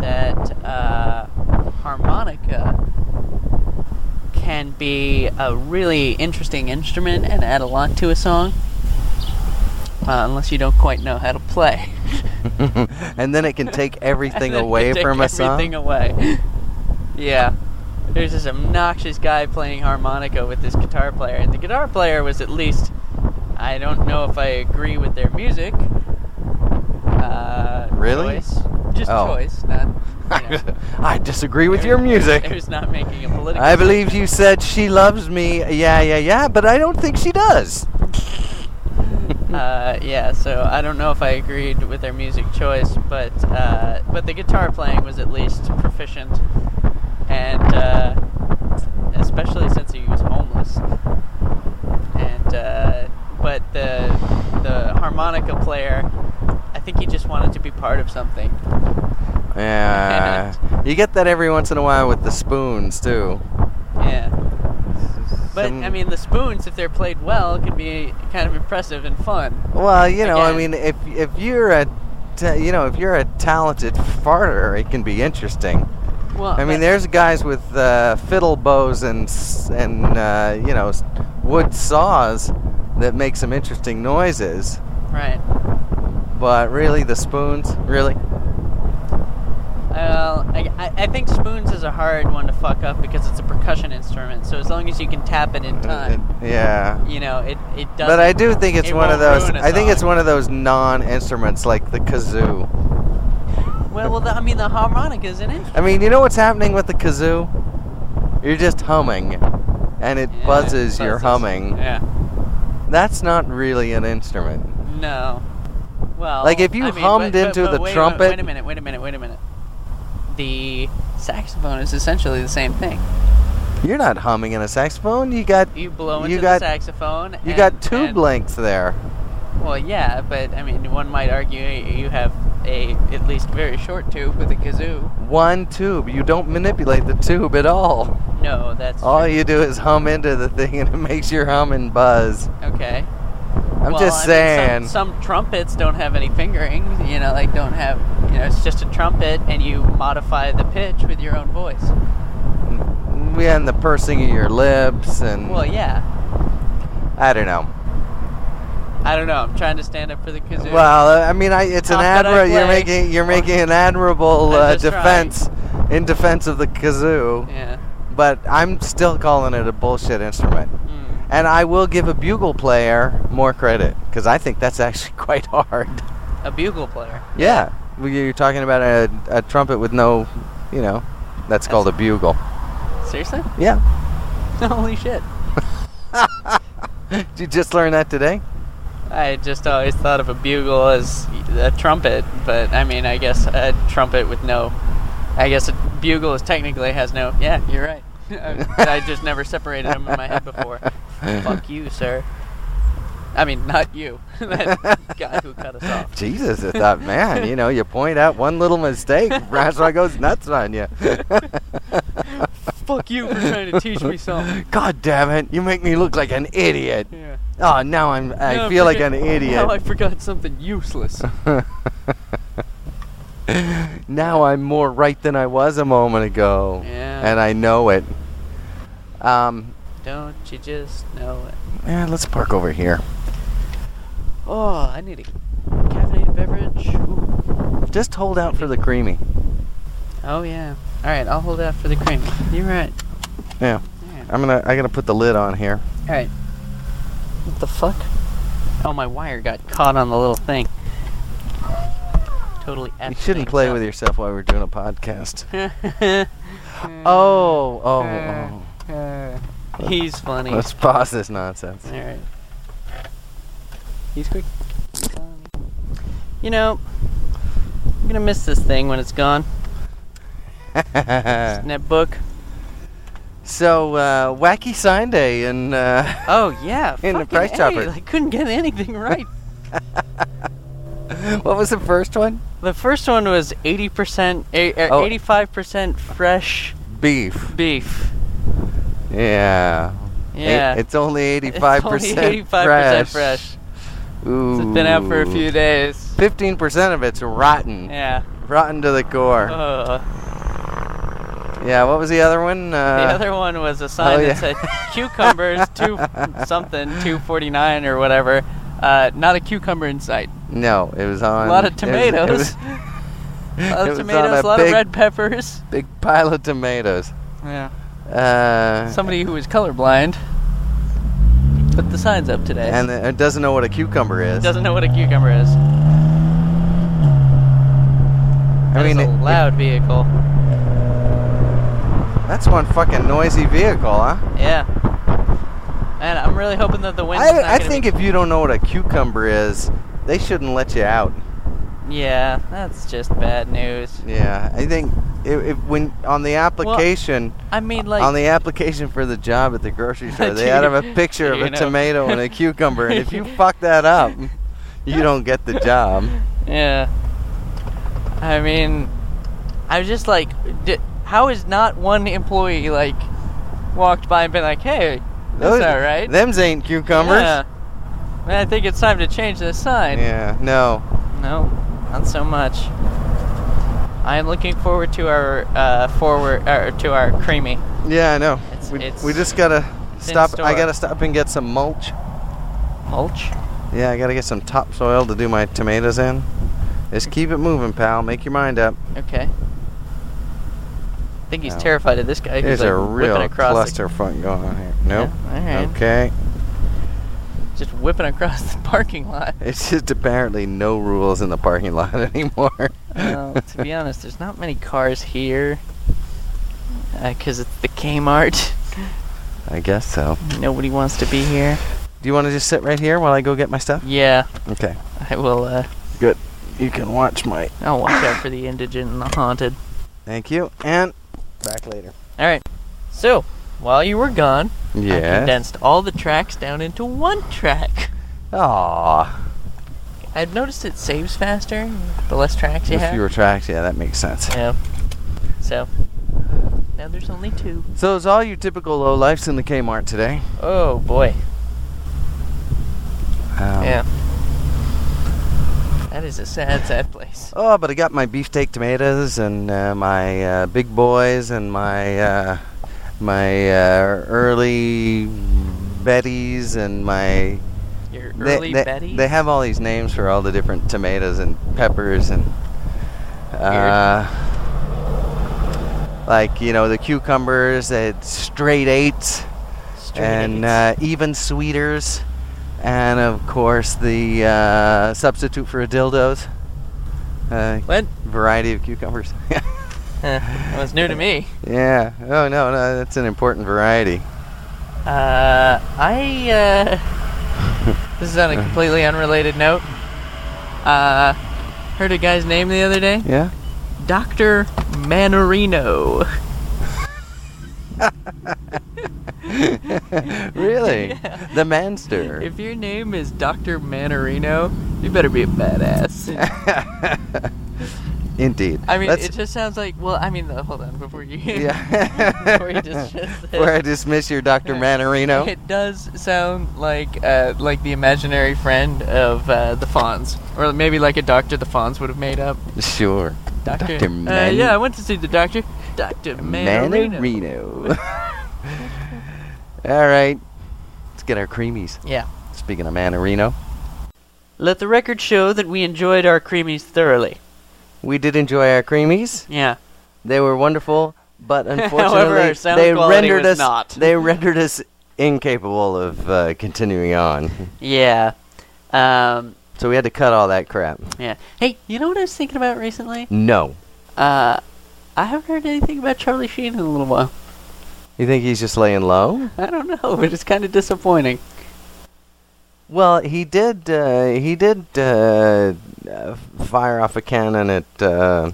that uh, harmonica can be a really interesting instrument and add a lot to a song, uh, unless you don't quite know how to play. and then it can take everything And then away take from us. Everything away. yeah. There's this obnoxious guy playing harmonica with this guitar player, and the guitar player was at least. I don't know if I agree with their music. Uh, Really? Choice. Just Oh. choice, not. You know, I disagree with it your was- music. It was not making a political. I believe you said she loves me. Yeah, yeah, yeah, but I don't think she does. uh, yeah, so I don't know if I agreed with their music choice, but uh, but the guitar playing was at least proficient, and uh, especially since he was homeless. And uh, but the the harmonica player, I think he just wanted to be part of something. Yeah. you get that every once in a while with the spoons, too. Yeah. But Some- I mean, the spoons, if they're played well, can be kind of impressive and fun. Well, you know, I Again. mean, if if you're a ta- you know, if you're a talented farter, it can be interesting. Well, I mean, but- there's guys with uh, fiddle bows and s- and uh, you know, s- wood saws that make some interesting noises. Right. But really, the spoons, really? Well, I, I, I think spoons is a hard one to fuck up because it's a percussion instrument. So as long as you can tap it in time, Yeah. you know, it it does. Uh, But I do think it's it one of won't those. ruin a I think it's song. one of those non-instruments like the kazoo. Well, well, the, I mean, the harmonica is an instrument. I mean, you know what's happening with the kazoo? You're just humming, and it Yeah, buzzes your buzzes. humming. Yeah. That's not really an instrument. No. Well, Like, if you I mean, hummed but- but- into but the wait a minute, trumpet- wait a minute. Wait a minute. Wait a minute. The saxophone is essentially the same thing. You're not humming in a saxophone. You got You blow into You got- the saxophone. you and- got tube and- lengths there. Well, yeah, but I mean, one might argue you have a at least very short tube with a kazoo. One tube. You don't manipulate the tube at all. No, that's All true. you do is hum into the thing, and it makes your hum and buzz. okay. I'm Well, just I mean, saying. some, some trumpets don't have any fingering. You know, like don't have. You know, it's just a trumpet, and you modify the pitch with your own voice. yeah, and the pursing of your lips, and Well, yeah. I don't know. I don't know. I'm trying to stand up for the kazoo. Well, uh, I mean, I, it's an Not that I admirable. You're play. making you're making an admirable I'm uh, just trying. defense in defense of the kazoo, Yeah. but I'm still calling it a bullshit instrument. Mm. And I will give a bugle player more credit because I think that's actually quite hard. A bugle player. Yeah, Well, you're talking about a, a trumpet with no, you know, that's called a bugle. Seriously? Yeah, Holy shit. did you just learn that today? I just always thought of a bugle as a trumpet, but I mean, I guess a trumpet with no. I guess a bugle is technically has no. Yeah, you're right. I, I just never separated them in my head before. Fuck you, sir. I mean, not you. that guy who cut us off. Jesus, I thought, man, you know, you point out one little mistake, Bradshaw goes nuts on you. Fuck you for trying to teach me something. God damn it, you make me look like an idiot. Yeah. Oh, now I'm, I Now feel like forget- an idiot. Now I forgot something useless. now I'm more right than I was a moment ago. Yeah. And I know it. Um, Don't you just know it? yeah, let's park over here. Oh, I need a caffeinated beverage. Ooh. Just hold out for the creamy. Oh yeah. All right, I'll hold out for the cream. You're right. Yeah. Yeah. I'm gonna, I gotta put the lid on here. All right. What the fuck? Oh, my wire got caught on the little thing. Totally. You shouldn't play with yourself while we're doing a podcast. Mm. Oh, oh, oh. Uh, He's funny. Let's pause this nonsense. All right. He's quick. You know, I'm gonna miss this thing when it's gone. Uh. In that book. so, uh, wacky sign day and. Uh, Oh yeah. In the fucking Price A, Chopper. I couldn't get anything right. what was the first one? the first one was 80%, eh, eh, Oh. 85% fresh Beef. beef. Yeah. Eight- Yeah. it's only only 85 percent 85% fresh. Ooh. It's been out for a few days. 15 percent of it's rotten, Yeah. rotten to the core. Uh, yeah. What was the other one? the Uh, other one was a sign yeah. that said cucumbers two something two forty nine or whatever. Uh, not a cucumber in sight. No, it was on A lot of it was- it tomatoes. was- a lot it of was on tomatoes. a A lot big- of red peppers. big pile of tomatoes. Yeah. Uh, Somebody who is colorblind put the signs up today. and uh, doesn't know what a cucumber is. doesn't know what a cucumber is. I That is mean, it- a loud vehicle. that's one fucking noisy vehicle, huh? Yeah. Man, I'm really hoping that the wind's not I, I gonna think be- if you don't know what a cucumber is, they shouldn't let you out. Yeah, that's just bad news. Yeah, I think if, if when on the application. I mean, like. on the application for the job at the grocery store, they had a picture of You a know. tomato and a cucumber, and if you fuck that up, you don't get the job. Yeah. I mean, I was just like, di how is not one employee like walked by and been like, "Hey, that's all right." Them's ain't cucumbers. Yeah. Man, I think it's time to change this sign. Yeah, no. No, not so much. I am looking forward to our uh, forward or to our creamy. Yeah, I know. It's- we, it's- we just gotta in stop. I store. gotta stop and get some mulch. Mulch? Yeah, I gotta get some topsoil to do my tomatoes in. Just keep it moving, pal. Make your mind up. Okay. I think he's Oh. terrified of this guy. There's who's, like, a whipping real across cluster front going on here. Nope. all right. Okay. The, just whipping across the parking lot. It's just apparently no rules in the parking lot anymore. well, to be honest, there's not many cars here. Because it's the Kmart. I guess so. Nobody wants to be here. Do you want to just sit right here while I go get my stuff? Yeah, Okay. I will. Uh, Good. You can watch my. I'll watch out for the indigent and the haunted. Thank you. And back later. All right. So, while you were gone, I Yeah. condensed all the tracks down into one track. Aw. I've noticed it saves faster the less tracks you With have. fewer tracks, yeah, that makes sense. Yeah. So now there's only two. So is all you typical low lifes in the Kmart today? Oh boy. Um, Yeah. That is a sad, sad place. Oh, but I got my beefsteak tomatoes and uh, my uh, big boys and my uh, my uh, early Bettys and my Your they- early they, Betty. They have all these names for all the different tomatoes and peppers and uh, like you know the cucumbers at straight eights Straight and eights. uh, even sweeters and of course the uh, substitute for a dildos. Uh, what? variety of cucumbers. Huh, that was new to me. yeah. Oh no, no, that's an important variety. Uh, I, uh, this is on a completely unrelated note. Uh, heard a guy's name the other day. Yeah. Dr. Manorino. really? Yeah. The manster. If your name is Dr. Manorino, you better be a badass. Indeed. I mean, Let's- it just sounds like, well, I mean, hold on, before you, yeah. before you dismiss this. Before I dismiss your Dr. Manorino. It does sound like uh, like the imaginary friend of uh, the Fonz, or maybe like a doctor the Fonz would have made up. Sure. Doctor. Dr. Man- uh, yeah, I went to see the doctor. Doctor Manorino. Manorino. All right. Let's get our creamies. Yeah. Speaking of Manorino, Let the record show that we enjoyed our creamies thoroughly. we did enjoy our creamies. Yeah. They were wonderful, but unfortunately, However, our sound they quality rendered was us not. they rendered us incapable of uh, continuing on. Yeah. Um, So we had to cut all that crap. yeah. Hey, you know what I was thinking about recently? No, Uh, I haven't heard anything about Charlie Sheen in a little while. you think he's just laying low? I don't know, but it's kind of disappointing. Well, he did. Uh, he did uh, uh, fire off a cannon at uh,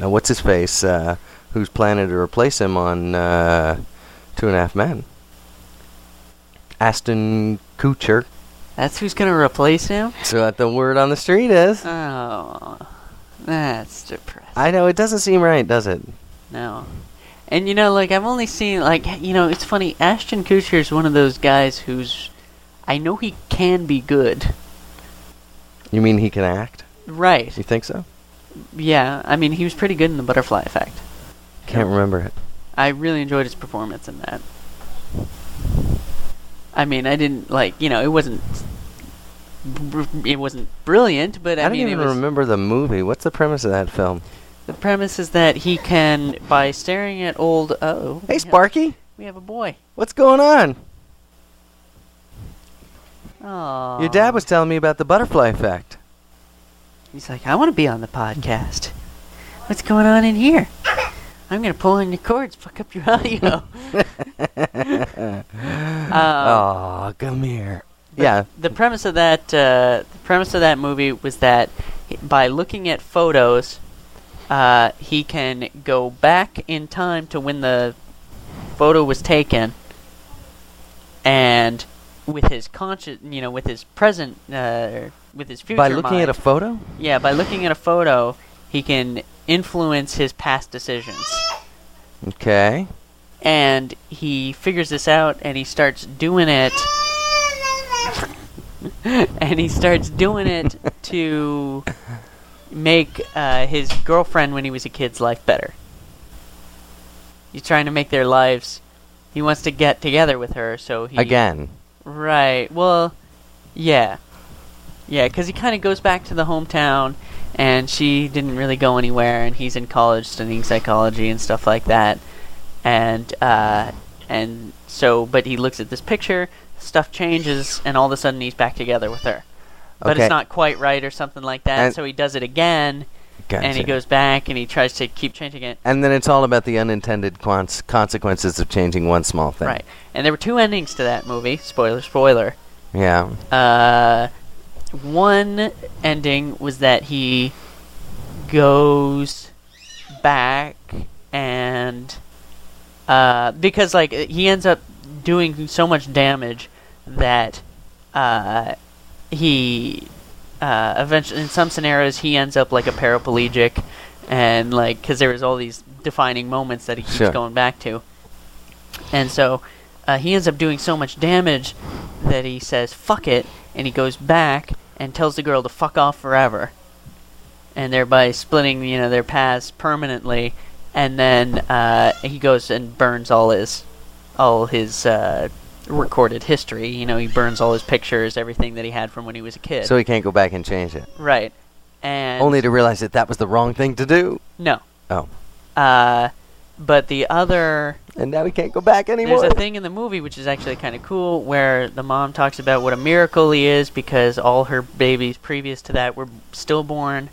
uh, what's his face, uh, who's planning to replace him on uh, Two and a Half Men. Aston Kutcher. That's who's gonna replace him? So that the word on the street is. Oh, that's depressing. I know it doesn't seem right, does it? No. And you know, like I've only seen like you know, it's funny. Ashton Kutcher is one of those guys who's, I know he can be good. You mean he can act? Right. You think so? Yeah. I mean, he was pretty good in The Butterfly Effect. Can't remember it. I really enjoyed his performance in that. I mean, I didn't like you know, it wasn't. br- It wasn't brilliant, but I, I, don't mean, even it was. remember the movie. What's the premise of that film? The premise is that he can, by staring at old. Oh, Hey, Sparky, we have a boy. what's going on? Oh, Your Uh, dad was telling me about the butterfly effect. He's like, I want to be on the podcast. What's going on in here? I'm gonna pull on your cords, fuck up your audio. uh, oh, come here. Yeah, The premise of that, uh, the premise of that movie was that h- by looking at photos, uh, he can go back in time to when the photo was taken, and with his conscious, you know, with his present, uh, with his future. by looking mind- at a photo. yeah, by looking at a photo, he can influence his past decisions. Okay. And he figures this out and he starts doing it. and he starts doing it to make uh, his girlfriend when he was a kid's life better. He's trying to make their lives. He wants to get together with her, so he. Again. Right. Well, Yeah. Yeah, because he kind of goes back to the hometown, and she didn't really go anywhere, and he's in college studying psychology and stuff like that. And, uh, and so, but he looks at this picture, stuff changes, and all of a sudden he's back together with her. But Okay. it's not quite right or something like that, And- so he does it again, and he Gotcha. goes back and he tries to keep changing it. And then it's all about the unintended quants- consequences of changing one small thing. Right. And there were two endings to that movie. Spoiler, spoiler. Yeah. Uh, one ending was that he goes back and uh, because like he ends up doing so much damage that uh, he uh, eventually in some scenarios he ends up like a paraplegic and like because there was all these defining moments that he keeps Sure. going back to and so uh, he ends up doing so much damage that he says fuck it and he goes back and tells the girl to fuck off forever and thereby splitting you know their paths permanently and then uh, he goes and burns all his all his uh, recorded history you know he burns all his pictures everything that he had from when he was a kid So he can't go back and change it. right and Only to realize that that was the wrong thing to do. no Oh. uh, but the other And now he can't go back anymore. There's a thing in the movie which is actually kind of cool where the mom talks about what a miracle he is because all her babies previous to that were stillborn,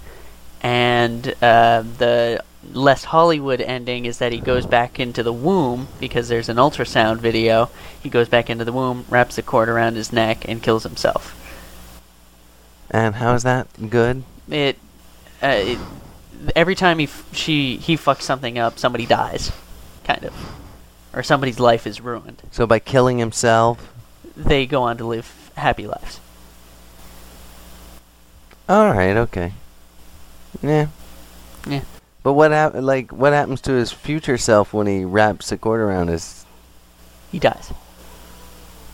and uh, the less Hollywood ending is that he goes back into the womb because there's an ultrasound video. He goes back into the womb, wraps the cord around his neck, and kills himself. And how is that good? It, uh, it every time he f- she he fucks something up, somebody dies, kind of, or somebody's life is ruined. So by killing himself. they go on to live happy lives. All right. Okay. Yeah. Yeah. But what hap- like what happens to his future self when he wraps a cord around his? He dies.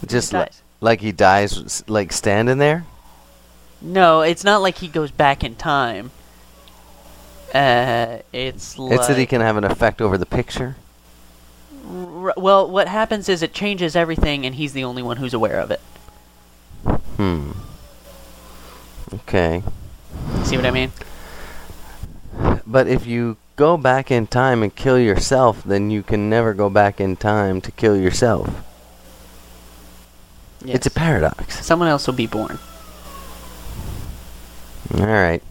Just He li- dies. like he dies, s- like standing there. No, it's not like he goes back in time. Uh, it's like It's that he can have an effect over the picture. r- well, what happens is it changes everything, and he's the only one who's aware of it. Hmm. Okay. See what I mean? But if you go back in time and kill yourself, then you can never go back in time to kill yourself. It's a Yes. paradox. Someone else will be born. All right.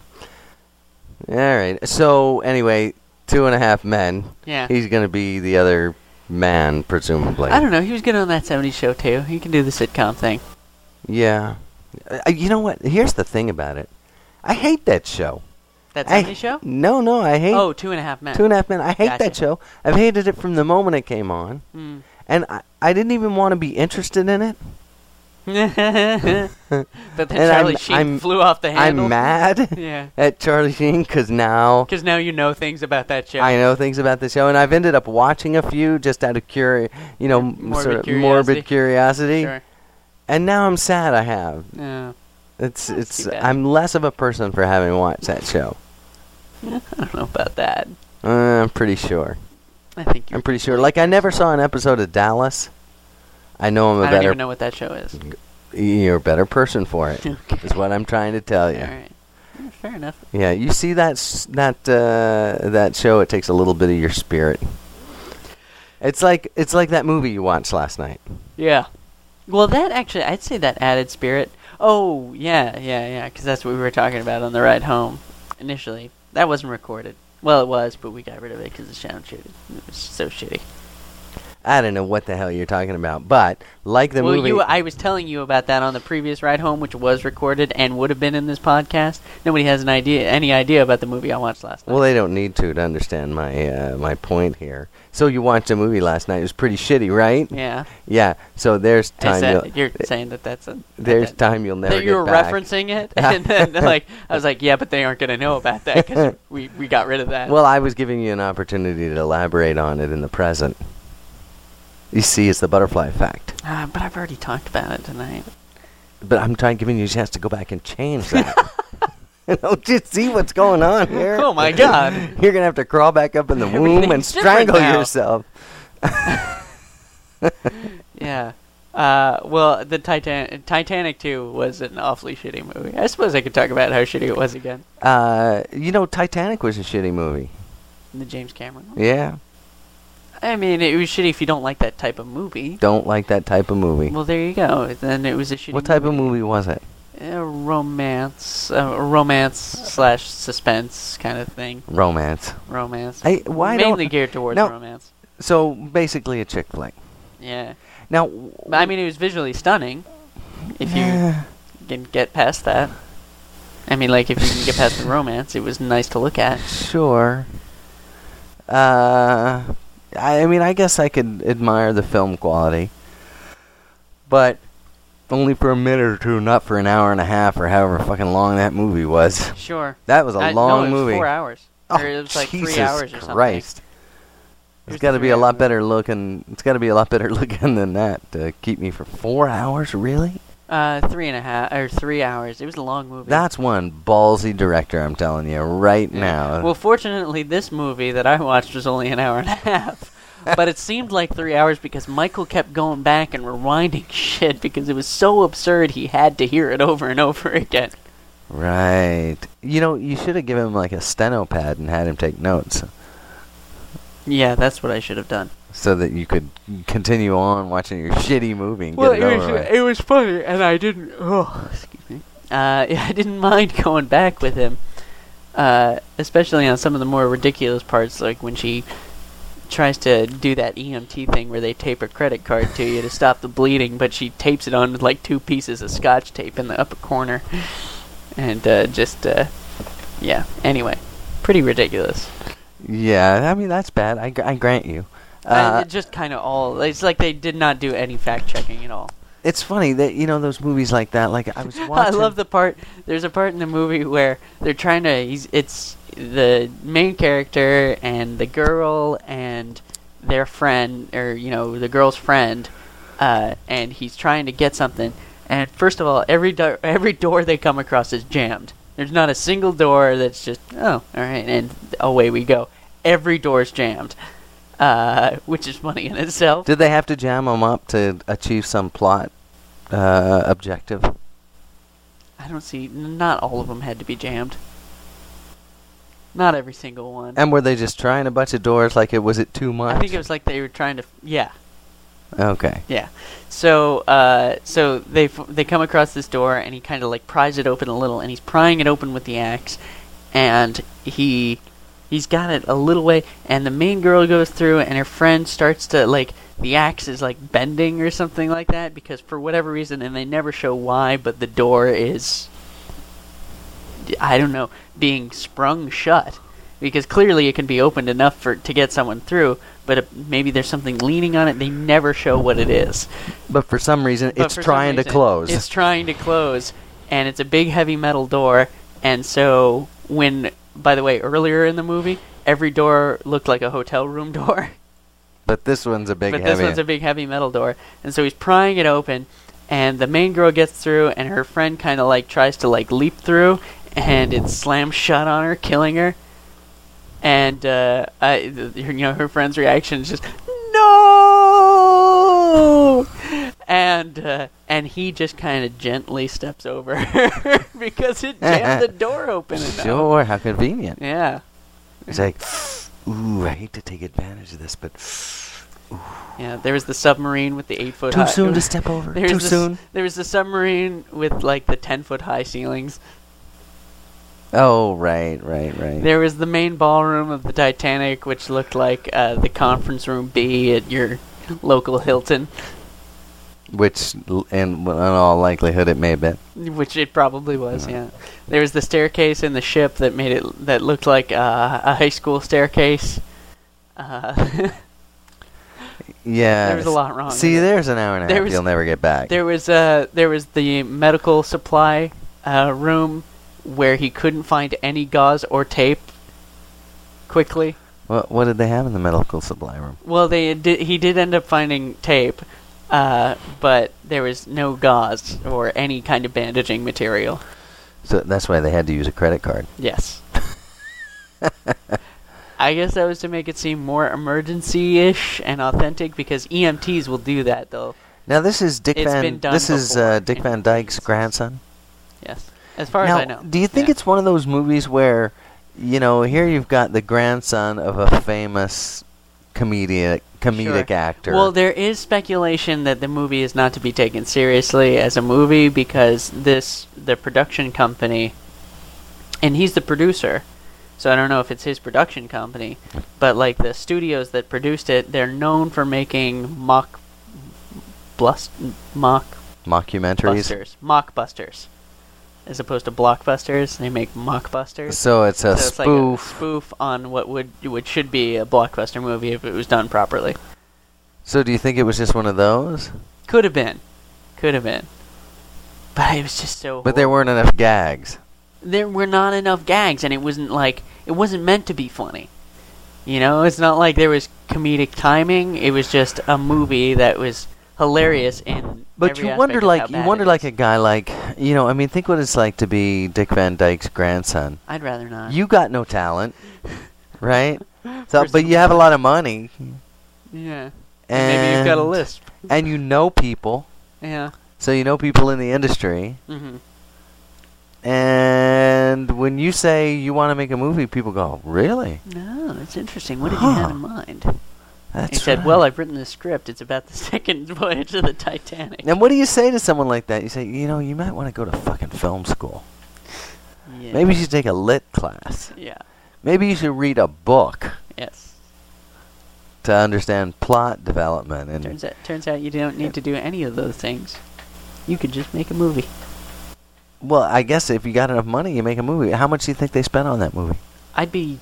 All right. So anyway, two and a half men. Yeah. He's gonna be the other man, presumably. I don't know. He was good on that '70s show too. He can do the sitcom thing. Yeah. Uh, you know what? Here's the thing about it. I hate that show. That I- '70s show? No, no, I hate Oh, Two and a Half Men. Two and a Half Men. I hate that Gotcha. show. I've hated it from the moment it came on, Mm. and I, I didn't even want to be interested in it. but then And I'm- Charlie Sheen I'm- flew off the handle. I'm mad Yeah. at Charlie Sheen because now Because now you know things about that show. I know things about the show, and I've ended up watching a few just out of curi- you know, m- Morbid sort of curiosity. morbid curiosity. Sure. And now I'm sad I have. Yeah. It's it's too bad. I'm less of a person for having watched that show. I don't know about that. Uh, I'm pretty sure. I think you're. I'm pretty sure. Like I never saw an episode of Dallas. I know I'm a I don't better even know what that show is. you're a better person for it. Is Okay. what I'm trying to tell you. All right. Yeah, Fair enough. Yeah, you see that s- that uh, that show. It takes a little bit of your spirit. It's like it's like that movie you watched last night. Yeah. Well, that actually, I'd say that added spirit. Oh, yeah, yeah, yeah, because that's what we were talking about on the ride home initially. That wasn't recorded. Well, it was, but we got rid of it because the sound shitty. It was so shitty. I don't know what the hell you're talking about, but like the well, movie, you, I was telling you about that on the previous ride home, which was recorded and would have been in this podcast. Nobody has an idea, any idea about the movie I watched last night. well, they don't need to to understand my uh, my point here. So you watched a movie last night. It was pretty shitty, right? yeah, Yeah, so there's I time. said, you'll, you're saying that that's a there's that- time you'll never. that you get were back. referencing it, and then like I was like, yeah, but they aren't going to know about that because we we got rid of that. Well, I was giving you an opportunity to elaborate on it in the present. You see, it's the butterfly effect. Ah, but I've already talked about it tonight. But I'm trying giving you a chance to go back and change that. Don't you see what's going on here? Oh, my God. You're gonna have to crawl back up in the womb and Everything's different strangle now. yourself. Yeah, Uh, well, the Titan- Titanic 2 was an awfully shitty movie. I suppose I could talk about how shitty it was again. Uh, you know, Titanic was a shitty movie. The James Cameron. one. Yeah, I mean, it was shitty if you don't like that type of movie. don't like that type of movie. Well, there you go. Then it was a shitty. what type of movie was it? A romance, a romance slash suspense kind of thing. Romance. Romance. I- why don't- mainly geared towards No. romance. So basically, a chick flick. Yeah. Now, But, I mean, it was visually stunning. If you can get past that. I mean, like if you can get past the romance, it was nice to look at. Sure. Uh, I, I mean, I guess I could admire the film quality, but only for a minute or two, not for an hour and a half or however fucking long that movie was. Sure. That was a I- long no, it was movie. Four hours. Oh, or it was like Jesus three hours or something. Christ! It was It's got to be three a lot hours. better looking. It's got to be a lot better looking than that to keep me for four hours. Really? Uh, three and a half or three hours. It was a long movie. That's one ballsy director. I'm telling you right Yeah. now. Well, fortunately, this movie that I watched was only an hour and a half. but it seemed like three hours because Michael kept going back and rewinding shit because it was so absurd he had to hear it over and over again. right. You know, you should have given him like a steno pad and had him take notes. Yeah, that's what I should have done. so that you could continue on watching your shitty movie and Well, get it, it, was over with. it was funny, and I didn't. Oh, excuse me. Uh, I didn't mind going back with him, uh, especially on some of the more ridiculous parts, like when she tries to do that EMT thing where they tape a credit card to you to stop the bleeding, but she tapes it on with like two pieces of scotch tape in the upper corner, and uh, just uh, yeah. Anyway, pretty ridiculous. yeah, I mean that's bad. I, gr- I grant you. Uh, Uh, just kind of all. It's like they did not do any fact checking at all. it's funny that you know those movies like that. Like I was watching. I love the part. There's a part in the movie where they're trying to. He's, it's the main character and the girl and their friend, or you know, the girl's friend, uh, and he's trying to get something. And first of all, every do- every door they come across is jammed. There's not a single door that's just oh, all right, and away we go. Every door's jammed, uh, which is funny in itself. Did they have to jam them up to achieve some plot uh, objective? I don't see. Not all of them had to be jammed. Not every single one. And were they just trying a bunch of doors? Like it was it too much? I think it was like they were trying to. Yeah, Okay. yeah. So, uh, so they f- they come across this door, and he kind of like pries it open a little, and he's prying it open with the axe, and he he's got it a little way, and the main girl goes through, and her friend starts to like the axe is like bending or something like that because for whatever reason, and they never show why, but the door is I don't know, being sprung shut. Because clearly it can be opened enough for to get someone through, but it, maybe there's something leaning on it. They never show what it is. But for some reason, But it's for some trying to reason, close. It's trying to close, and it's a big heavy metal door. And so when, by the way, earlier in the movie, every door looked like a hotel room door but this one's a big but heavy. this one's a big heavy metal door and so he's prying it open and the main girl gets through and her friend kind of like tries to like leap through and it slams shut on her killing her and uh, I, th- you know her friend's reaction is just no and uh, and he just kind of gently steps over her because it jammed the door open enough. sure, how convenient. yeah It's like, ooh, I hate to take advantage of this, but yeah there was the submarine with the eight foot too soon to step over. There's Too this- soon. There was a submarine with like the ten foot high ceilings. Oh, right, right, right. There was the main ballroom of the Titanic, which looked like uh, the conference room B at your local Hilton, Which, l- in, in all likelihood, it may have been. which it probably was. Yeah. There was the staircase in the ship that made it that looked like uh, a high school staircase. Uh, Yeah. There was a lot wrong See, with it. there's an hour and a There half was- you'll never get back. There was uh there was the medical supply uh, room where he couldn't find any gauze or tape quickly. what, what did they have in the medical supply room? Well, they did, he did end up finding tape, uh, but there was no gauze or any kind of bandaging material. So that's why they had to use a credit card. Yes. I guess E that was to make it seem more emergency ish and authentic because EMTs will do that, though. Now this is Dick It's Van. been done This is before uh, Dick in Van Dyke's instances. grandson. Yes. As far now, as I know. do you think Yeah. it's one of those movies where, you know, here you've got the grandson of a famous comedic comedic Sure. actor? Well, there is speculation that the movie is not to be taken seriously as a movie because this the production company and he's the producer. So I don't know if it's his production company, but like the studios that produced it, they're known for making mock blust mock mockumentaries. busters, mock busters. As opposed to blockbusters, they make mock busters. So it's a so it's like a spoof. spoof on what would what should be a blockbuster movie if it was done properly. so do you think it was just one of those? Could have been, could have been, but it was just so. But there weren't enough gags. there were not enough gags, and it wasn't like it wasn't meant to be funny. You know, it's not like there was comedic timing. It was just a movie that was hilarious in. But every you aspect wonder, of how like you bad wonder, it like is. a guy, like you know, I mean, think what it's like to be Dick Van Dyke's grandson. I'd rather not. You got no talent, right? So, Uh-huh. First but of you have a lot of money, yeah. and maybe you've got a lisp. and you know people, Yeah. so you know people in the industry. hmm And when you say you want to make a movie, people go, "Really? No, that's interesting. What did you Huh. have in mind? That's he said, right." "Well, I've written this script. It's about the second voyage of the Titanic." And what do you say to someone like that? You say, "You know, you might want to go to fucking film school. Yeah. Maybe you should take a lit class. Yeah. Maybe you should read a book Yes. to understand plot development." And Turns out, turns out you don't need to do any of those things. You could just make a movie. well, I guess if you got enough money, you make a movie. How much do you think they spent on that movie? I'd be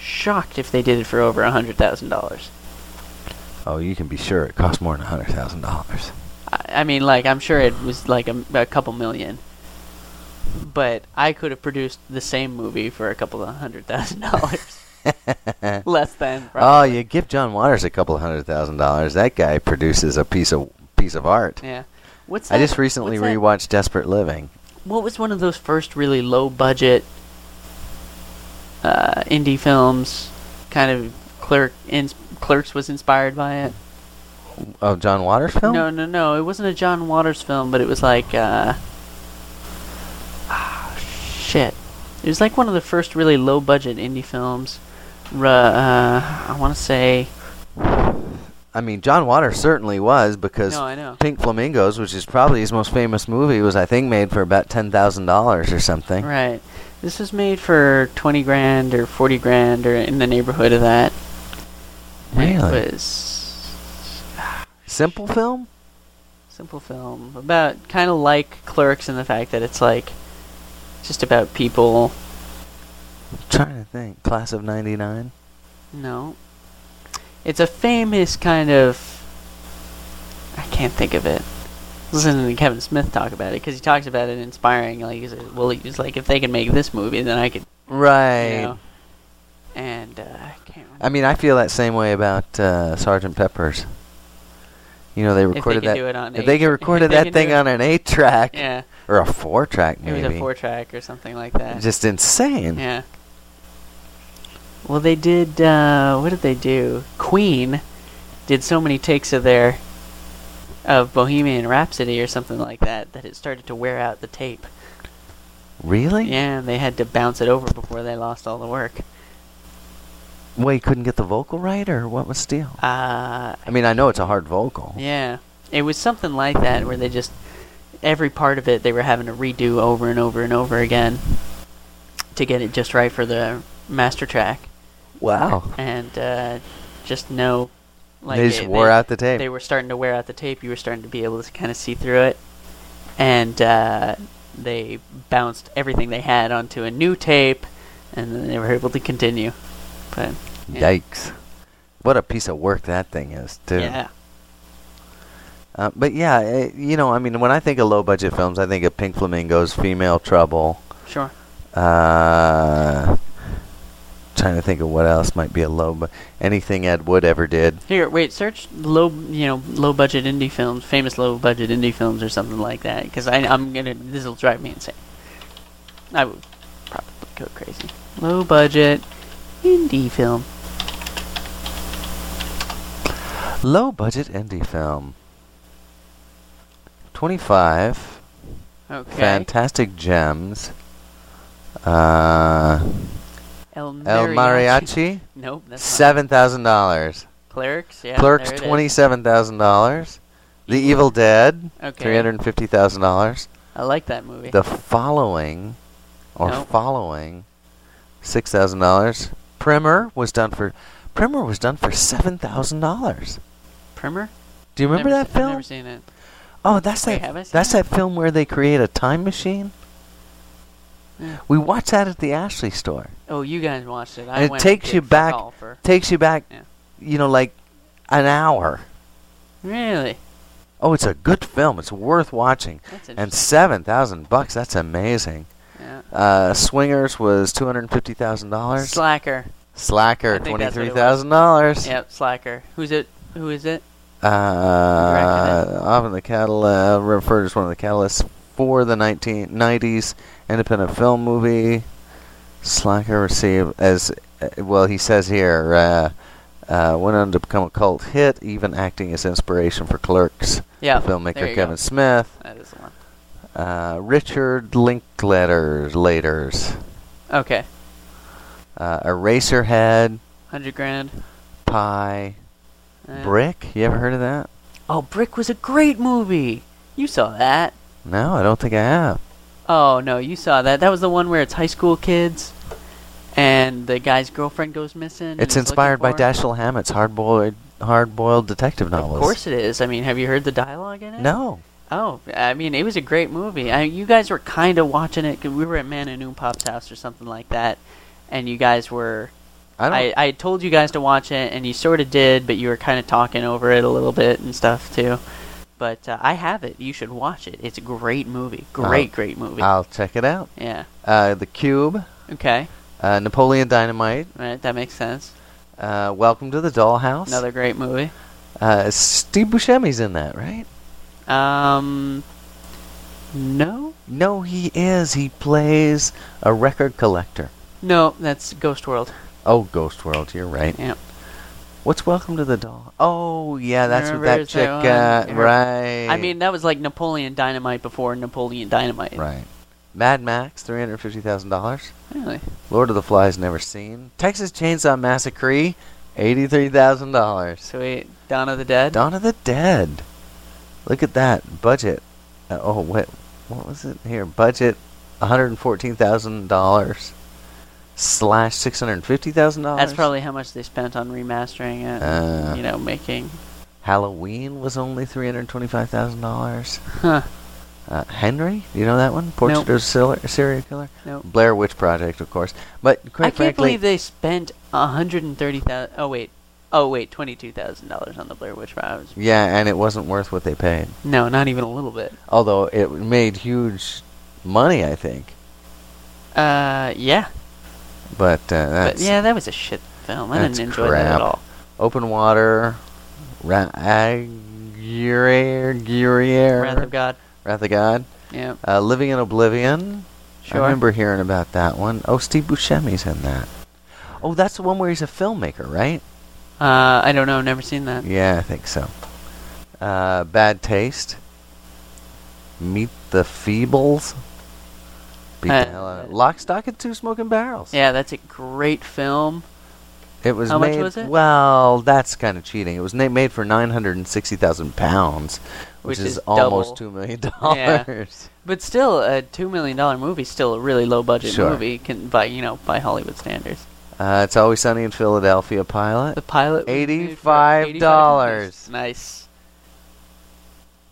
shocked if they did it for over a hundred thousand dollars. Oh, you can be sure it cost more than hundred thousand dollars. I, I mean, like I'm sure it was like a, a couple million, but I could have produced the same movie for a couple of hundred thousand dollars, less than. Oh, Probably. you give John Waters a couple hundred thousand dollars. That guy produces a piece of piece of art. yeah. What's I that- just recently what's that- rewatched Desperate Living. what was one of those first really low budget uh, indie films? Kind of clerk in, Clerks was inspired by it. Oh, John Waters film? No, no, no. It wasn't a John Waters film, but it was like uh ah, shit. It was like one of the first really low budget indie films. Ru- uh, I want to say I mean, John Waters certainly was because No, I know. Pink Flamingos, which is probably his most famous movie, was I think made for about ten thousand dollars or something. right. This was made for 20 grand or 40 grand or in the neighborhood of that. And Really? It was Simple film? simple film about kind of like Clerks in the fact that it's like just about people. I'm trying to think. Class of '99. No. It's a famous kind of. I can't think of it. Listening to Kevin Smith talk about it because he talks about it inspiring. Like, he's like, well, he's like, if they can make this movie, then I could. You Right. know. And uh, I can't. Remember. I mean, I feel that same way about uh, Sergeant Pepper's. You know, they If recorded they could do it on. that. If they eight- could recorded they that can do thing it- on an eight track Yeah, or a four track, it maybe. was a four-track or something like that. Just insane. Yeah. Well, they did. Uh, what did they do? Queen did so many takes of their of Bohemian Rhapsody or something like that that it started to wear out the tape. Really? Yeah, and they had to bounce it over before they lost all the work. Well, you couldn't get the vocal right, or what was Steele? Uh, I mean, I know it's a hard vocal. yeah, it was something like that where they just every part of it they were having to redo over and over and over again to get it just right for the master track. Wow. and uh, just know like they just wore out the tape. they were starting to wear out the tape you were starting to be able to kind of see through it and uh, they bounced everything they had onto a new tape and then they were able to continue but yeah, Yikes. What a piece of work that thing is, too. yeah. Uh, but yeah, eh, you know, I mean, when I think of low budget films, I think of Pink Flamingos, Female Trouble. sure Uh, trying to think of what else might be a low, but anything Ed Wood ever did. here wait search low you know low budget indie films famous low budget indie films or something like that because i'm gonna this will drive me insane i would probably go crazy low budget indie film Low budget indie film. 25 Okay. Fantastic Gems. Uh, El, El Mariachi, Nope. That's not. $7,000. Clerics. Yeah. Clerks, there it is. $27,000. The Evil Dead, Okay. $350,000. I like that movie. The following, or No. following, $6,000. Primer was done for. Primer was done for seven thousand dollars. Primer. Do you remember Never that se- I've film? never seen it. Oh, that's Wait, have I that. seen That's that? that film where they create a time machine. Yeah. We watched that at the Ashley store. Oh, you guys watched it. I And it went takes did you fuck back- all for- Takes you back, Yeah. you know, like an hour. Really? Oh, it's a good film. It's worth watching. That's interesting. And seven thousand bucks. That's amazing. yeah. Uh, Swingers was two hundred fifty thousand dollars. Slacker. Slacker I think twenty that's what three it was. thousand dollars. Yep. Slacker. Who's it? Who is it? Uh, often the catalyst uh, referred as one of the catalysts for the 1990s independent film movie. Slacker received as uh, well. He says here uh, uh, went on to become a cult hit, even acting as inspiration for Clerks. Yeah. there filmmaker you Kevin go. Smith, That is the one. uh, Richard Linkletter's Laters, Okay. uh, Eraserhead, Hundred grand. Pie, Uh, Brick. You ever heard of that? Oh, Brick was a great movie. You saw that? No, I don't think I have. Oh no, you saw that. That was the one where it's high school kids, and the guy's girlfriend goes missing. and It's he's looking inspired by for her. Dashiell Hammett's hard-boiled, hard-boiled detective novels. Of course it is. I mean, have you heard the dialogue in it? No. Oh, I mean, it was a great movie. I, you guys were kind of watching it. 'cause we were at Man and Noon Pop's house or something like that, and you guys were. I don't. I, I told you guys to watch it, and you sort of did, but you were kind of talking over it a little bit and stuff too. But uh, I have it. You should watch it. It's a great movie. Oh. Great, great movie. I'll check it out. yeah. Uh, the Cube, Okay. uh, Napoleon Dynamite, Right. That makes sense. uh, Welcome to the Dollhouse. Another great movie. Uh, Steve Buscemi's in that, right? Um. No. No, he is. He plays a record collector. No, that's Ghost World. Oh, Ghost World, you're right. Yeah. What's Welcome to the Doll? Oh, yeah, that's what that Remember chick that got. one? Right. I mean, that was like Napoleon Dynamite before Napoleon Dynamite. right. Mad Max, three hundred fifty thousand dollars. Really? Lord of the Flies never seen. Texas Chainsaw Massacre, eighty-three thousand dollars. Sweet. Dawn of the Dead. Dawn of the Dead. Look at that budget. Uh, oh wait, what was it here? Budget, one hundred fourteen thousand dollars slash six hundred fifty thousand dollars. That's probably how much they spent on remastering it. Uh. and, you know, making. Halloween was only three hundred twenty-five thousand dollars. Huh. Uh, Henry, you know that one? Portrait of a Serial- Serial Killer. Nope. Blair Witch Project, of course. But quite I can't frankly, believe they spent a hundred and thirty thousand. Oh wait. Oh wait, twenty-two thousand dollars on the Blair Witch Project. yeah, and it wasn't worth what they paid. No, not even a little bit. although it made huge money, I think. Uh, yeah. But uh, that's but yeah, that was a shit film. I that's didn't enjoy that crap. at all. open water, Ra- Aguirre, Aguirre, Wrath of God. Wrath of God, Yeah. uh, Living in Oblivion. Sure. I remember hearing about that one. Oh, Steve Buscemi's in that. Oh, that's the one where he's a filmmaker, right? Uh, I don't know. Never seen that. Yeah, I think so. Uh, Bad Taste. Meet the Feebles. Beat Uh, the hell out of it. Lock, Stock, and Two Smoking Barrels. Yeah, that's a great film. It was How much made. was it? Well, that's kind of cheating. It was na- made for nine hundred and sixty thousand pounds, which, Which is, is almost double. two million Yeah. dollars. But still, a two million dollar movie still a really low budget Sure. movie can by you know by Hollywood standards. Uh, it's always sunny in Philadelphia pilot. The pilot was made for $85. $85. Nice.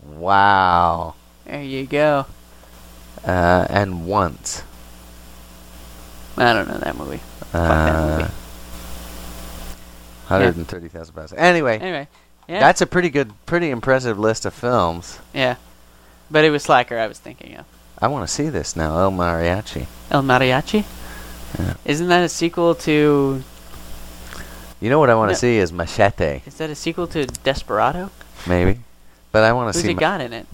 Wow. There you go. Uh, and once. I don't know that movie. that Uh, movie. Hundred and thirty thousand pounds. Anyway, Anyway, yeah, that's a pretty good, pretty impressive list of films. yeah. But it was Slacker I was thinking of. I want to see this now. El Mariachi. El Mariachi. Yeah. Isn't that a sequel to? You know what I want to No. see is Machete, Is that a sequel to Desperado? maybe. But I want to Who's see. it Ma- got in it?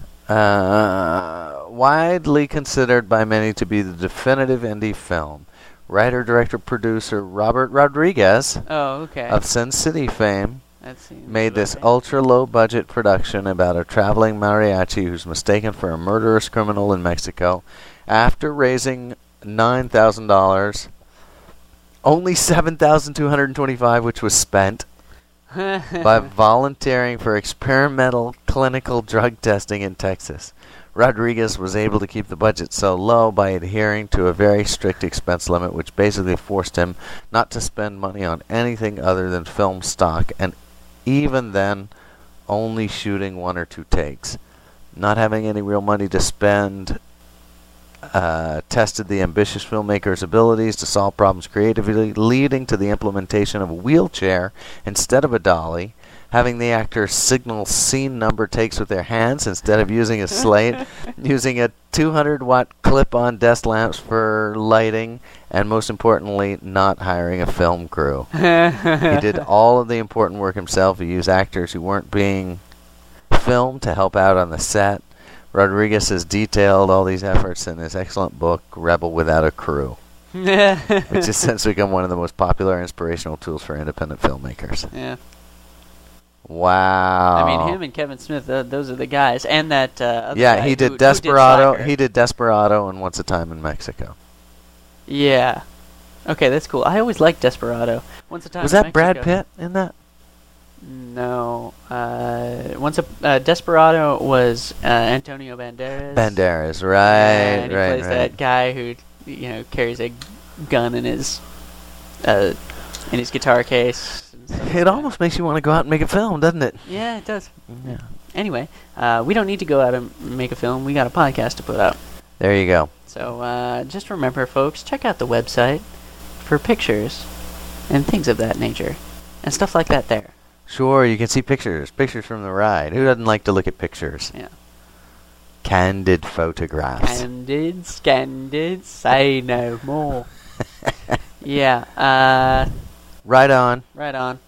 Uh, widely considered by many to be the definitive indie film. Writer, director, producer Robert Rodriguez Oh, okay. of Sin City fame That seems made this okay. ultra low budget production about a traveling mariachi who's mistaken for a murderous criminal in Mexico. After raising nine thousand dollars, only seven thousand two hundred twenty-five, which was spent by volunteering for experimental clinical drug testing in Texas. Rodriguez was able to keep the budget so low by adhering to a very strict expense limit, which basically forced him not to spend money on anything other than film stock, and even then, only shooting one or two takes. Not having any real money to spend uh, tested the ambitious filmmaker's abilities to solve problems creatively, leading to the implementation of a wheelchair instead of a dolly, having the actors signal scene number takes with their hands instead of using a slate, using a 200 watt clip on desk lamps for lighting, and most importantly, not hiring a film crew. he did all of the important work himself. He used actors who weren't being filmed to help out on the set. Rodriguez has detailed all these efforts in his excellent book, Rebel Without a Crew, which has since become one of the most popular inspirational tools for independent filmmakers. yeah. Wow. I mean, him and Kevin Smith, tho- those are the guys. And that. Uh, other yeah, guy he who- did who Desperado. Slacker. he did Desperado and Once a Time in Mexico. Yeah. Okay, that's cool. I always liked Desperado. Once a time Was in that Brad Mexico- Pitt in that? No. Uh, once a uh, Desperado was uh, Antonio Banderas. Banderas, and right, he right, plays right. that guy who you know carries a gun in his uh, in his guitar case. and stuff like It that. almost makes you want to go out and make a film, doesn't it? Yeah, it does. Yeah. Anyway, uh, we don't need to go out and make a film. We got a podcast to put out. There you go. So uh, just remember, folks, check out the website for pictures and things of that nature and stuff like that. There. Sure, you can see pictures. Pictures from the ride. Who doesn't like to look at pictures? Yeah. Candid photographs. Candid, scandid, say no more. yeah. Uh, right on. right on.